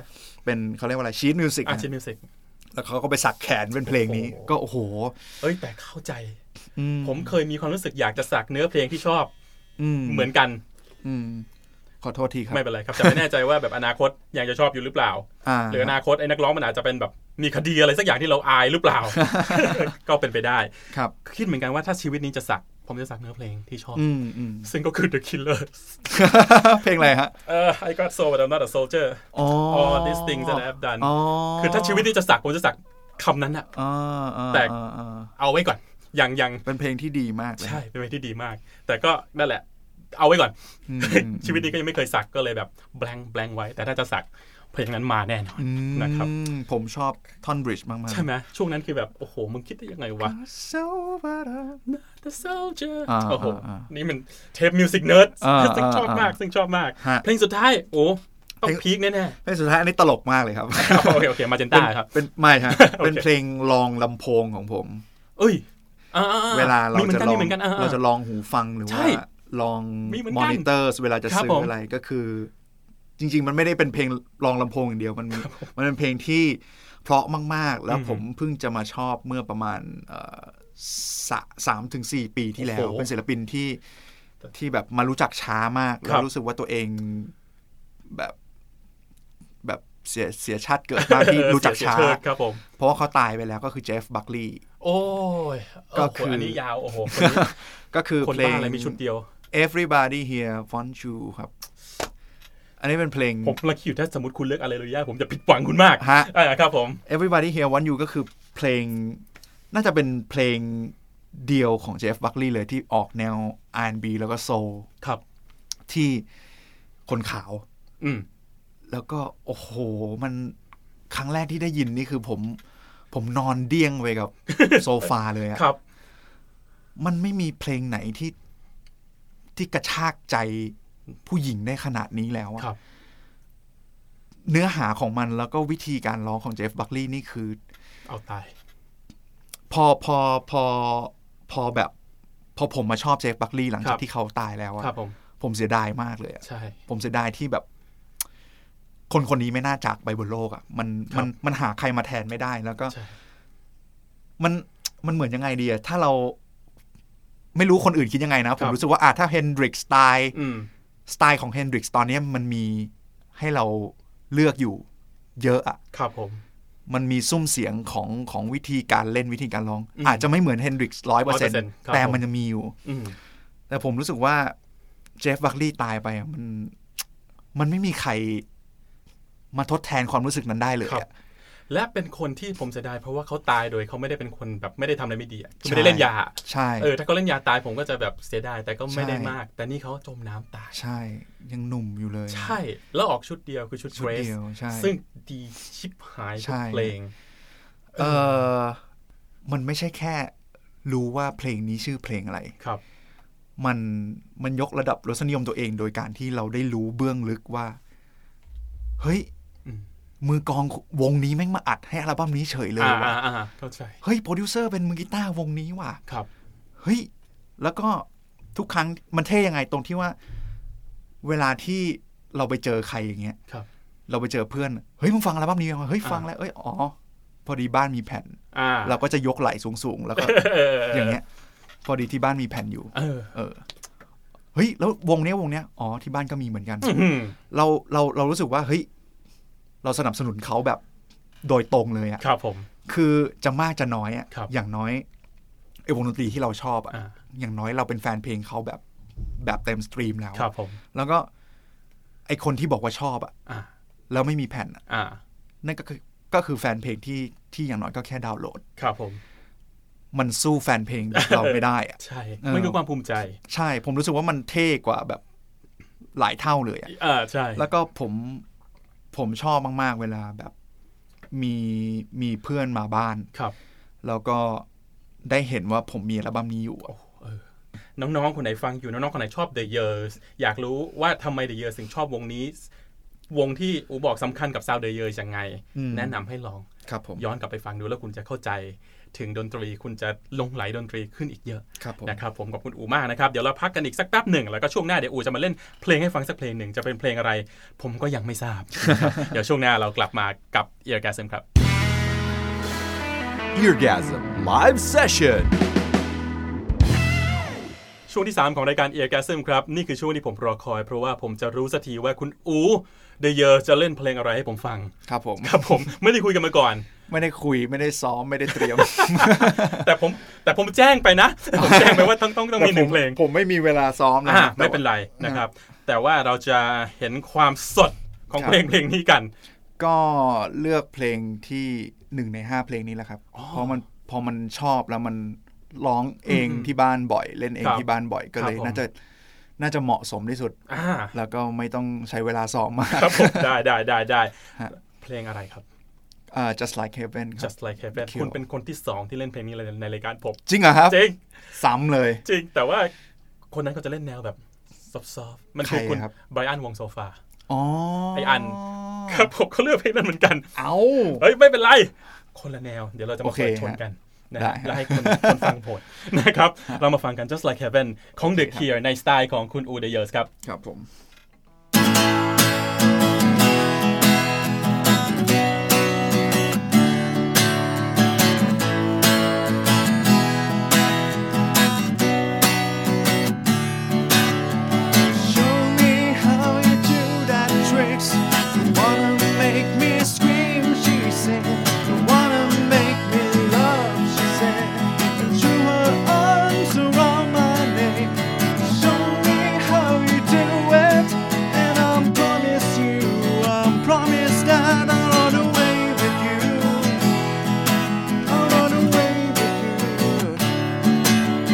Speaker 3: เป็นเขาเรียกว่าอะไรชีตมิวสิก
Speaker 2: อาชีพมิวสิก
Speaker 3: แล้วเขาก็ไปสักแขนเป็นเพลงนี้
Speaker 2: โอ้โห
Speaker 3: ก็โอ้โห
Speaker 2: เอ้ยแต่เข้าใจ
Speaker 3: อื
Speaker 2: ผมเคยมีความรู้สึกอยากจะสักเนื้อเพลงที่ชอบเหมือนกัน
Speaker 3: อืมขอโทษทีครับ
Speaker 2: ไม่เป็นไรครับ จะไม่แน่ใจว่าแบบอนาคตยังจะชอบอยู่หรือเปล่า
Speaker 3: อ่า
Speaker 2: หรืออนาคตไอ้นักร้องมันอาจจะเป็นแบบมีคดีอะไรสักอย่างที่เราอายหรือเป ล่า ก็เป็นไปได้
Speaker 3: ครับ
Speaker 2: คิดเหมือนกันว่าถ้าชีวิตนี้จะสัก ผมจะสักเนื้อเพลงที่ชอบ
Speaker 3: อืมอื ม
Speaker 2: ซึ่งก็คือ The Killers
Speaker 3: เพลงอะไรฮะ
Speaker 2: เอ่อ I got so but I'm not a soldier
Speaker 3: อ๋อ
Speaker 2: all these things that I've done
Speaker 3: อ๋อ
Speaker 2: คือถ้าชีวิตนี้จะสักผมจะสักคำนั้นอะ
Speaker 3: อ่าอ่า
Speaker 2: แต่
Speaker 3: อ่าอ่า
Speaker 2: เอาไว้ก่อนยังยัง
Speaker 3: เป็นเพลงที่ดีมากเลย
Speaker 2: ใช่เป็นเพลงที่ดีมาก แต่ก็นั่นแหละ เอาไว้ก่อน
Speaker 3: อืม
Speaker 2: ชีวิตนี้ก็ยังไม่เคยสักก็เลยแบบ blank blank ไว้ แต่ถ้าจะสักเพลงนั้นมาแน่นอน
Speaker 3: อืม
Speaker 2: นะครับ
Speaker 3: ผมชอบท่อนบริดจ์มากๆ
Speaker 2: ใช่ไหมช่วงนั้นคือแบบ โอ้โห มึงคิดได้ยังไงวะ
Speaker 3: โซบารา
Speaker 2: The Soldier
Speaker 3: อ่า
Speaker 2: โอ้โห
Speaker 3: อ่าอ่า
Speaker 2: นี่มันเทปมิวสิกเนิร์ด
Speaker 3: อ่า
Speaker 2: ซึ่งชอบมาก
Speaker 3: อ่า
Speaker 2: ซึ่งชอบมาก
Speaker 3: ฮะ
Speaker 2: เพลงสุดท้าย โอ้ ต้อ
Speaker 3: เพล
Speaker 2: ง
Speaker 3: ง
Speaker 2: พีคแน่
Speaker 3: เพลงสุดท้ายอันนี้ตลกมากเลยครับ
Speaker 2: ๆ โอเค โอเค มาเจนต้าครับ
Speaker 3: เป็นไม่ฮะ
Speaker 2: โอเค
Speaker 3: เป็นเพลงลองลำโพงของผม
Speaker 2: เอ้ยอ่าๆๆ
Speaker 3: เวลาเรา
Speaker 2: หมือน
Speaker 3: จะ
Speaker 2: กัน
Speaker 3: ลอ
Speaker 2: มี
Speaker 3: ง
Speaker 2: เหมือนกันอ่ๆ
Speaker 3: เราจะลองหูฟังหรือ
Speaker 2: ใช่
Speaker 3: ว่าลอง
Speaker 2: มีเหมือนกัน
Speaker 3: มอนิเตอร์เวลาจะ
Speaker 2: ครับ
Speaker 3: ซื้
Speaker 2: ผ
Speaker 3: อ
Speaker 2: ม
Speaker 3: อะไรก็คือ จริง ๆ มันไม่ได้เป็นเพลงลองลำโพงอย่างเดียวมันมีมันเป็นเพลงที่เพราะมาก ๆ แล้วผมเพิ่งจะมาชอบเมื่อประมาณเอ่อสะสามถึงสี่ปีที่แล้ว
Speaker 2: โอ้โห
Speaker 3: เป็นศิลปินที่ที่แบบมารู้จักช้ามาก
Speaker 2: ค
Speaker 3: แล้
Speaker 2: รั
Speaker 3: ว
Speaker 2: บ
Speaker 3: รู้สึกว่าตัวเองแบบแบบเสียเสียชาติเกิดมากที่
Speaker 2: เออ
Speaker 3: รู้จัก
Speaker 2: เสีย
Speaker 3: ช้า
Speaker 2: เชิดครับผม
Speaker 3: เพราะว่าเขาตายไปแล้วก็คือเจฟบัคลี
Speaker 2: โอ้ย
Speaker 3: ก็
Speaker 2: ก็
Speaker 3: คื
Speaker 2: คือ อ
Speaker 3: อั
Speaker 2: อันนี้ยาว โอ้โห คนนี้
Speaker 3: ก็คือ
Speaker 2: คน
Speaker 3: เพลง
Speaker 2: บ้าอะไรมีชุดเดียว
Speaker 3: Everybody Here Want You ครับ อันนี้เป็นเพลง
Speaker 2: ผมละคิดอยู่ถ้าสมมติคุณเลือกอะไรเลยยาผมจะผิดหวังคุณมาก
Speaker 3: ฮะ
Speaker 2: อ่าครับผม
Speaker 3: Everybody Here Want You ก็คือเพลง น่าจะเป็นเพลงเดียวของ Jeff Buckley เลยที่ออกแนว R&B แล้วก็โซล
Speaker 2: ครับ
Speaker 3: ที่คนขาว
Speaker 2: อืม
Speaker 3: แล้วก็ โอ้โห มันครั้งแรกที่ได้ยินนี่คือผม ผมนอนเดี้ยงไป กับ โซฟาเลยอะ
Speaker 2: ครับ
Speaker 3: มันไม่มีเพลงไหนที่ที่กระชากใจผู้หญิงได้ขนาดนี้แล้วอะ
Speaker 2: ครับ
Speaker 3: เนื้อหาของมันแล้วก็วิธีการร้องของเจฟบัคลีย์นี่คือ
Speaker 2: เอาตาย
Speaker 3: พอพอพอพอแบบ พอผมมาชอบเจฟบัคลีย์หลัง
Speaker 2: ค
Speaker 3: จา
Speaker 2: รั
Speaker 3: ก
Speaker 2: บ
Speaker 3: ที่เขาตายแล้วอะ
Speaker 2: ครับผม
Speaker 3: ผมเสียดายมากเลยอะ
Speaker 2: ใช่
Speaker 3: ผมเสียดายที่แบบ คนคนนี้ไม่น่าจากไปบนโลกอะมัน
Speaker 2: ครับ
Speaker 3: มันมันหาใครมาแทนไม่ได้ แล้วก็
Speaker 2: ใช่
Speaker 3: มันมันเหมือนยังไงดีอะถ้าเราไม่รู้คนอื่นคิดยังไงนะ ผ
Speaker 2: ค
Speaker 3: ม
Speaker 2: รับ
Speaker 3: รู้สึกว่าอ่ะถ้าเฮนดริกสไตล์
Speaker 2: อืม
Speaker 3: สไตล์ของเฮนดริกตอนเนี้ยมันมีให้เราเลือกอยู่ เยอะอะ
Speaker 2: ครับผม
Speaker 3: มันมีซุ้มเสียงของของวิธีการเล่นวิธีการร้อง
Speaker 2: อืม
Speaker 3: อาจจะไม่เหมือนเฮนดริกซ์ร้อยเปอร์เซ็นต์
Speaker 2: 100%ครับ
Speaker 3: แต่มันจะมีอยู่
Speaker 2: อืม
Speaker 3: แต่ผมรู้สึกว่าเจฟบัคลีย์ตายไปอะมัน มันไม่มีใครมาทดแทนความรู้สึกนั้นได้เลย
Speaker 2: ครับ
Speaker 3: อะ
Speaker 2: และเป็นคนที่ผมเสียดายเพราะว่าเขาตายโดยเขาไม่ได้เป็นคนแบบไม่ได้ทำอะไรไม่ดีอะคือ
Speaker 3: ใช่
Speaker 2: ไม่ได้เล่นยา
Speaker 3: ใช่
Speaker 2: เออ ถ้าเขาเล่นยาตายผมก็จะแบบเสียดายแต่ก็ไม่ได้
Speaker 3: ใช่
Speaker 2: มาก แต่นี่เขาจมน้ำตาย
Speaker 3: ใช่ ยังหนุ่มอยู่เลย
Speaker 2: ใช่ แล้วออกชุดเดียวคือชุด
Speaker 3: ชุ
Speaker 2: เก
Speaker 3: ด
Speaker 2: รส
Speaker 3: เดียวใช่
Speaker 2: ซึ่งดีชิบหายทุ
Speaker 3: ใช่
Speaker 2: กเพลง
Speaker 3: เออมันไม่ใช่แค่ รู้ว่าเพลงนี้ชื่อเพลงอะไร
Speaker 2: ครับ
Speaker 3: มันมันยกระดับรสนิยมตัวเองโดยการที่เราได้รู้เบื้องลึกว่า เฮ้ย
Speaker 2: อืม
Speaker 3: มือกลองวงนี้แม่งมาอัดให้อัลบั้มนี้เฉยเลย
Speaker 2: อ่า
Speaker 3: ว่ะ
Speaker 2: อ่าอ่าเข้าใจ
Speaker 3: เฮ้ยโปรดิวเซอร์เป็นมือกีตาร์วงนี้ว่ะ
Speaker 2: ครับ
Speaker 3: เฮ้ย แล้วก็ทุกครั้งมันเท่ยังไงตรงที่ว่า เวลาที่เราไปเจอใครอย่างเงี้ย
Speaker 2: ครับ
Speaker 3: เราไปเจอเพื่อนเฮ้ยมึงฟังอัลบั้มนี้ยังวะเฮ้ย
Speaker 2: อ่า
Speaker 3: ฟังแล้วเอ้ยอ๋อพอดีบ้านมีแผ่น
Speaker 2: อ่า
Speaker 3: เราก็จะยกไหล่สูงๆแล้วก็
Speaker 2: เอออ
Speaker 3: อย่างเงี้ย พอดีที่บ้านมีแผ่นอยู่
Speaker 2: เออ
Speaker 3: เออ เฮ้ย แล้ววงเนี้ยวงเนี้ย อ๋อ ที่บ้านก็มีเหมือนกัน
Speaker 2: อื้อหือ
Speaker 3: เราเราเรารู้สึกว่า เฮ้ย เราสนับสนุนเขาแบบโดยตรงเลยอะ
Speaker 2: ครับผม
Speaker 3: คือจะมากจะน้อยอะ
Speaker 2: ครับ
Speaker 3: อย่างน้อยไอ้วงดนตรีที่เราชอบอะ
Speaker 2: อ่า
Speaker 3: อย่างน้อยเราเป็นแฟนเพลงเขาแบบแบบเต็มสตรีมแล้ว
Speaker 2: ครับผม
Speaker 3: แล้วก็ไอคนที่บอกว่าชอบอะ
Speaker 2: อ่า
Speaker 3: แล้วไม่มีแผ่นอะ
Speaker 2: อ่า
Speaker 3: นั่นก็คือก็คือแฟนเพลงที่ที่อย่างน้อยก็แค่ดาวน์โหลด
Speaker 2: ครับผม
Speaker 3: มันสู้แฟนเพลงแบบเราไม่ได้อะ
Speaker 2: ใช่
Speaker 3: เออ
Speaker 2: มันคือความภูมิใจ
Speaker 3: ใช่ ผมรู้สึกว่ามันเท่กว่าแบบหลายเท่าเลยอะ
Speaker 2: อ่า ใช่
Speaker 3: แล้วก็ผมผมชอบมาก ๆ เวลาแบบมีมีเพื่อนมาบ้าน
Speaker 2: ครับ
Speaker 3: แล้วก็ได้เห็นว่าผมมีอัลบั้มนี้อยู่อะ
Speaker 2: น้องๆ คนไหนฟังอยู่ น้องๆ คนไหนชอบ The Years อยากรู้ว่าทำไม The Years ถึงชอบวงนี้ วงที่อูบอกสำคัญกับ Sound The Years ยังไง แนะนำให้ลอง
Speaker 3: ครับผม
Speaker 2: ย้อนกลับไปฟังดูแล้วคุณจะเข้าใจ ถึงดนตรีคุณจะหลงไหลดนตรีขึ้นอีกเยอะ
Speaker 3: ครับผม
Speaker 2: นะครับผมขอบคุณอูมากนะครับ เดี๋ยวเราพักกันอีกสักแป๊บหนึ่ง แล้วก็ช่วงหน้าเดี๋ยวอูจะมาเล่นเพลงให้ฟังสักเพลงหนึ่งจะเป็นเพลงอะไร ผมก็ยังไม่ทราบนะครับเดี๋ยวช่วงหน้าเรากลับมากับเอียร์แกซึมครับ
Speaker 5: Eargasm
Speaker 1: Eargasm Live Session.
Speaker 2: ช่วงที่ 3 ของรายการเอียร์แกซึมครับ นี่คือช่วงที่ผมรอคอย เพราะว่าผมจะรู้สักทีว่าคุณอูเดเยอร์จะเล่นเพลงอะไรให้ผมฟัง
Speaker 3: ครับผม
Speaker 2: ครับผมไม่ได้คุยกันมาก่อน
Speaker 3: ไม่ได้คุยไม่ได้ซ้อมไม่ได้เต รียม
Speaker 2: แต่ผมแต่ผมแจ้งไปนะ ผมแจ้งไปว่าต้องต้องต้องมีหนึ่งเพลง
Speaker 3: ผมไม่มีเวลาซ้อมนะ
Speaker 2: อ่า
Speaker 3: ครับ
Speaker 2: ไม่เป็นไรนะครับ แต่ว่าเราจะเห็นความสดของเพลงเพลงนี้กัน
Speaker 3: ก็เลือกเพลงที่หนึ่งในห้าเพลงนี้แหละครับเพราะมันพอมันชอบแล้วมันร้องเองที่บ้านบ่อย เล่นเอง
Speaker 2: ครับ
Speaker 3: ที่บ้านบ่อยก็เลย
Speaker 2: ครับผม
Speaker 3: น่าจะน่าจะเหมาะสมที่สุด
Speaker 2: อ่า
Speaker 3: แล้วก็ไม่ต้องใช้เวลาซ้อมมาก
Speaker 2: ครับ ผมได้ได้ได้ได้
Speaker 3: ฮะ
Speaker 2: เพลงอะไรครับ
Speaker 3: อ่า just like heaven ครับ
Speaker 2: just like heaven
Speaker 3: Cure
Speaker 2: คุณเป็นคนที่สองที่เล่นเพลงนี้ในรายการผม
Speaker 3: จริงเหรอครับ
Speaker 2: จริง
Speaker 3: ซ้ำเลย
Speaker 2: จริงแต่ว่าคนนั้นเขาจะเล่นแนวแบบซอฟๆมันคือ
Speaker 3: ใคร
Speaker 2: คุณ
Speaker 3: ครับ
Speaker 2: ไบรอันวงโซฟา
Speaker 3: อ๋อ
Speaker 2: ไอ้อัน ครับผมเขาเลือกเพลงนั้นเหมือนกัน
Speaker 3: เอา
Speaker 2: เฮ้ย ไม่เป็นไร คนละแนว เดี๋ยวเราจะ
Speaker 3: โอ
Speaker 2: มา
Speaker 3: เค
Speaker 2: เปิดชนกันนะ
Speaker 3: ได้
Speaker 2: ฮะ
Speaker 3: ฮะ
Speaker 2: แล้วให้คนคนฟังโผลนะครับ เรามาฟังกัน just like heaven ของ The
Speaker 3: โอเคครับ
Speaker 2: Cure ในสไตล์ของคุณอูเดเยอร์สครับ
Speaker 3: ครับผม Show me how you do that tricks. You wanna make me scream, she said. You wanna make me love, she said. And threw her arms around my neck. Show me how you do it, and I promise you, I promise that I'll run away with you. I'll run away with you.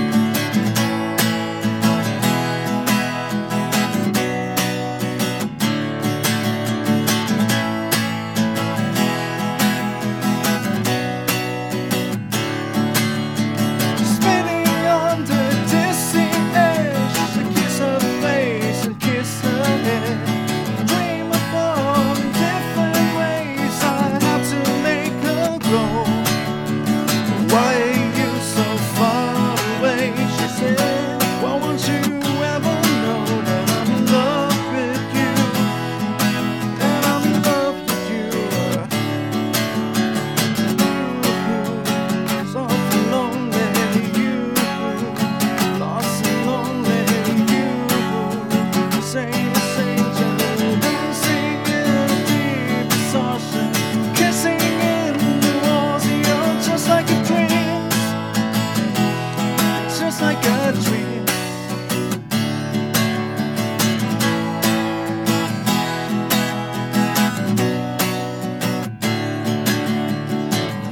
Speaker 3: Spinning on the dizzy edge, I kiss her face and kiss her head. Dream of all the different ways I have to make her grow. Why are you so far away? She said. Why won't you ever know that I'm in love with you? That I'm in love with you. Like a dream.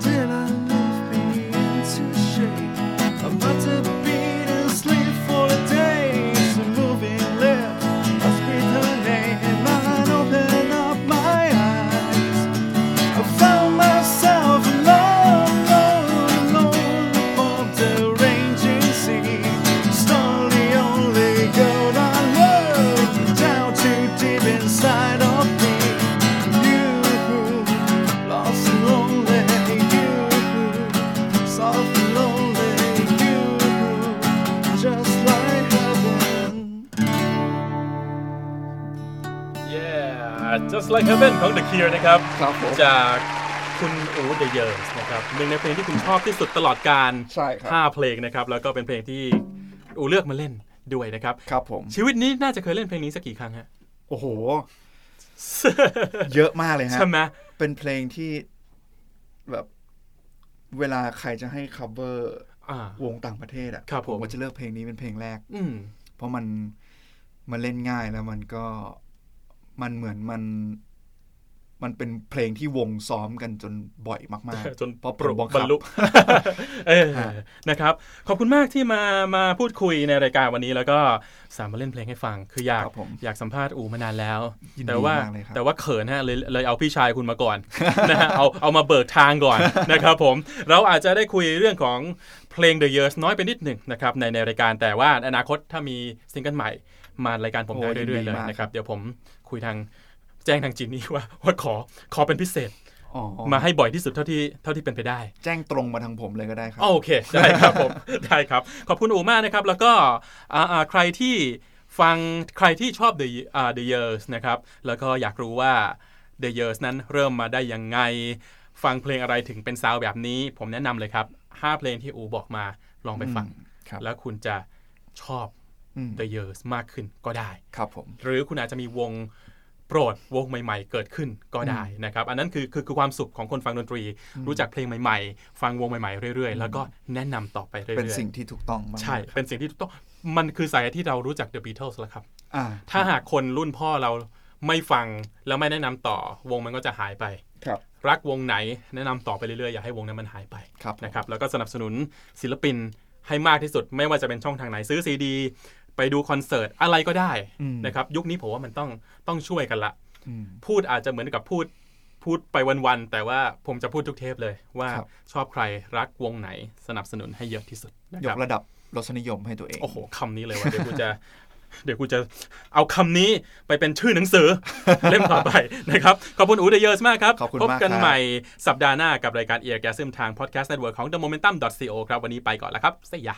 Speaker 3: Till I love me into shape. I'm about to beat and sleep for the day. So moving left, I speak her name. I open up my eyes. I found myself alone, alone, alone upon the raging sea. Still the only girl I love, down too deep inside of me. You, lost and lonely. You, soft and lonely. You, just like heaven.
Speaker 2: yeah just like heaven ของ The Cure นะครับ
Speaker 3: ครับผม
Speaker 2: จากคุณอูเดเยอร์สนะครับหนึ่งในเพลงที่คุณชอบที่สุดตลอดการ
Speaker 3: ใช่ครับ
Speaker 2: ห้าเพลงนะครับ แล้วก็เป็นเพลงที่อูเลือกมาเล่นด้วยนะครับ
Speaker 3: ครับผม
Speaker 2: ชีวิตนี้น่าจะเคยเล่นเพลงนี้สักกี่ค รั้งฮะ
Speaker 3: โอ้โห เยอะมากเลยฮะ
Speaker 2: ใช่ไหม
Speaker 3: เป็นเพลงที่แบบเวลาใครจะให้ cover
Speaker 2: อ่า
Speaker 3: วงต่างประเทศอะ
Speaker 2: ครับผม
Speaker 3: ก็จะเลือกเพลงนี้เป็นเพลงแรก
Speaker 2: อืม
Speaker 3: เพราะมันมันเล่นง่ายแล้วมันก็มันเหมือนมัน มันเป็นเพลงที่วงซ้อมกันจนบ่อยมากๆ
Speaker 2: จน
Speaker 3: เพราะ
Speaker 2: ปลุก
Speaker 3: ผมง
Speaker 2: บร
Speaker 3: คั
Speaker 2: ร
Speaker 3: บ
Speaker 2: ลุ เออนะครับ ขอบคุณมากที่มามาพูดคุยในรายการวันนี้แล้วก็สามารถเล่นเพลงให้ฟัง คืออยาก
Speaker 3: ครับผม
Speaker 2: อยากสัมภาษณ์อูมานานแล้ว
Speaker 3: ยินดี
Speaker 2: แต่ว่าม
Speaker 3: ากเลยครับ
Speaker 2: แต่ว่าเขินฮะเลยเลยเอาพี่ชายคุณมา ก่อน นะฮะเอาเอามาเบิกทางก่อน นะครับผม เราอาจจะได้คุยเรื่องของเพลง The Years น้อยไปนิดหนึ่งนะครับในในรายการแต่ว่าในอนาคตถ้ามีซิงเกิลใหม่มารายการผม
Speaker 3: โอ้
Speaker 2: ได้เรื่อยๆ
Speaker 3: ยินดี
Speaker 2: เลย
Speaker 3: มาก
Speaker 2: นะครับ เดี๋ยวผมคุยทางแจ้งทางจินนี่ว่าว่าขอขอเป็นพิเศษ
Speaker 3: อ๋อ
Speaker 2: มาให้บ่อยที่สุดเท่าที่เท่าที่เป็นไปได้
Speaker 3: แจ้งตรงมาทางผมเลยก็ได้ครับ
Speaker 2: โอเค ได้ครับผม ได้ครับ ขอบคุณอูมากนะครับ แล้วก็อ่าอ่าใครที่ฟังใครที่ชอบ The อ่า The Years นะครับ แล้วก็อยากรู้ว่า The Years นั้นเริ่มมาได้ยังไง ฟังเพลงอะไรถึงเป็นซาวด์แบบนี้ ผมแนะนำเลยครับ 5 เพลงที่อูบอกมาลองไปฟัง
Speaker 3: ครับ
Speaker 2: แล้วคุณจะชอบ
Speaker 3: อืม
Speaker 2: The Years มากขึ้นก็ได้
Speaker 3: ครับผม
Speaker 2: หรือคุณอาจจะมีวงโปรดวงใหม่ ๆ เกิดขึ้นก็ได้นะครับ อันนั้นคือคือคือความสุขของคนฟังดนตรี รู้จักเพลงใหม่ ๆ ฟังวงใหม่ ๆ เรื่อย ๆ แล้วก็แนะนำต่อไปเรื่อยๆ
Speaker 3: เป็นสิ่งที่ถูกต้องมาก
Speaker 2: ใช่ เป็นสิ่งที่ถูกต้องมันคือสายที่เรารู้จัก The Beatles แล้วครับ
Speaker 3: อ่า
Speaker 2: ถ้าหากคนรุ่นพ่อเราไม่ฟังแล้วไม่แนะนำต่อวงมันก็จะหายไป
Speaker 3: ครับ
Speaker 2: รักวงไหนแนะนำต่อไปเรื่อยๆ อย่าให้วงนั้นมันหายไป
Speaker 3: ครับผม
Speaker 2: นะครับแล้วก็สนับสนุนศิลปินให้มากที่สุด ไม่ว่าจะเป็นช่องทางไหนซื้อซีดี ไปดูคอนเสิร์ตอะไรก็ได้
Speaker 3: อืม
Speaker 2: นะครับยุคนี้ผมว่ามันต้องต้องช่วยกันละ
Speaker 3: อืม
Speaker 2: พูดอาจจะเหมือนกับพูดพูดไปวันๆ แต่ว่าผมจะพูดทุกเทปเลยว่า
Speaker 3: ครับ
Speaker 2: ชอบใครรักวงไหนสนับสนุนให้เยอะที่สุดนะ
Speaker 3: ย
Speaker 2: ครั
Speaker 3: ก
Speaker 2: บ
Speaker 3: ระดับรสนิยมให้ตัวเอง
Speaker 2: โอ้โหคำนี้เลยว่าเดี๋ยวกูจะ เดี๋ยวกูจะเอาคำนี้ไปเป็นชื่อหนัง สือ เล่มต่อไปนะครับ ขอบคุณอูเดเยอร์สมากครับ
Speaker 3: ขอบคุณ
Speaker 2: พ
Speaker 3: มาก
Speaker 2: บกัน
Speaker 3: ครับ
Speaker 2: ใหม่สัปดาห์หน้ากับรายการเอียร์แกซึมทางพอดแคสต์เน็ตเวิร์กของ The Momentum co ครับวันนี้ไปก่อนแล้วครับสยา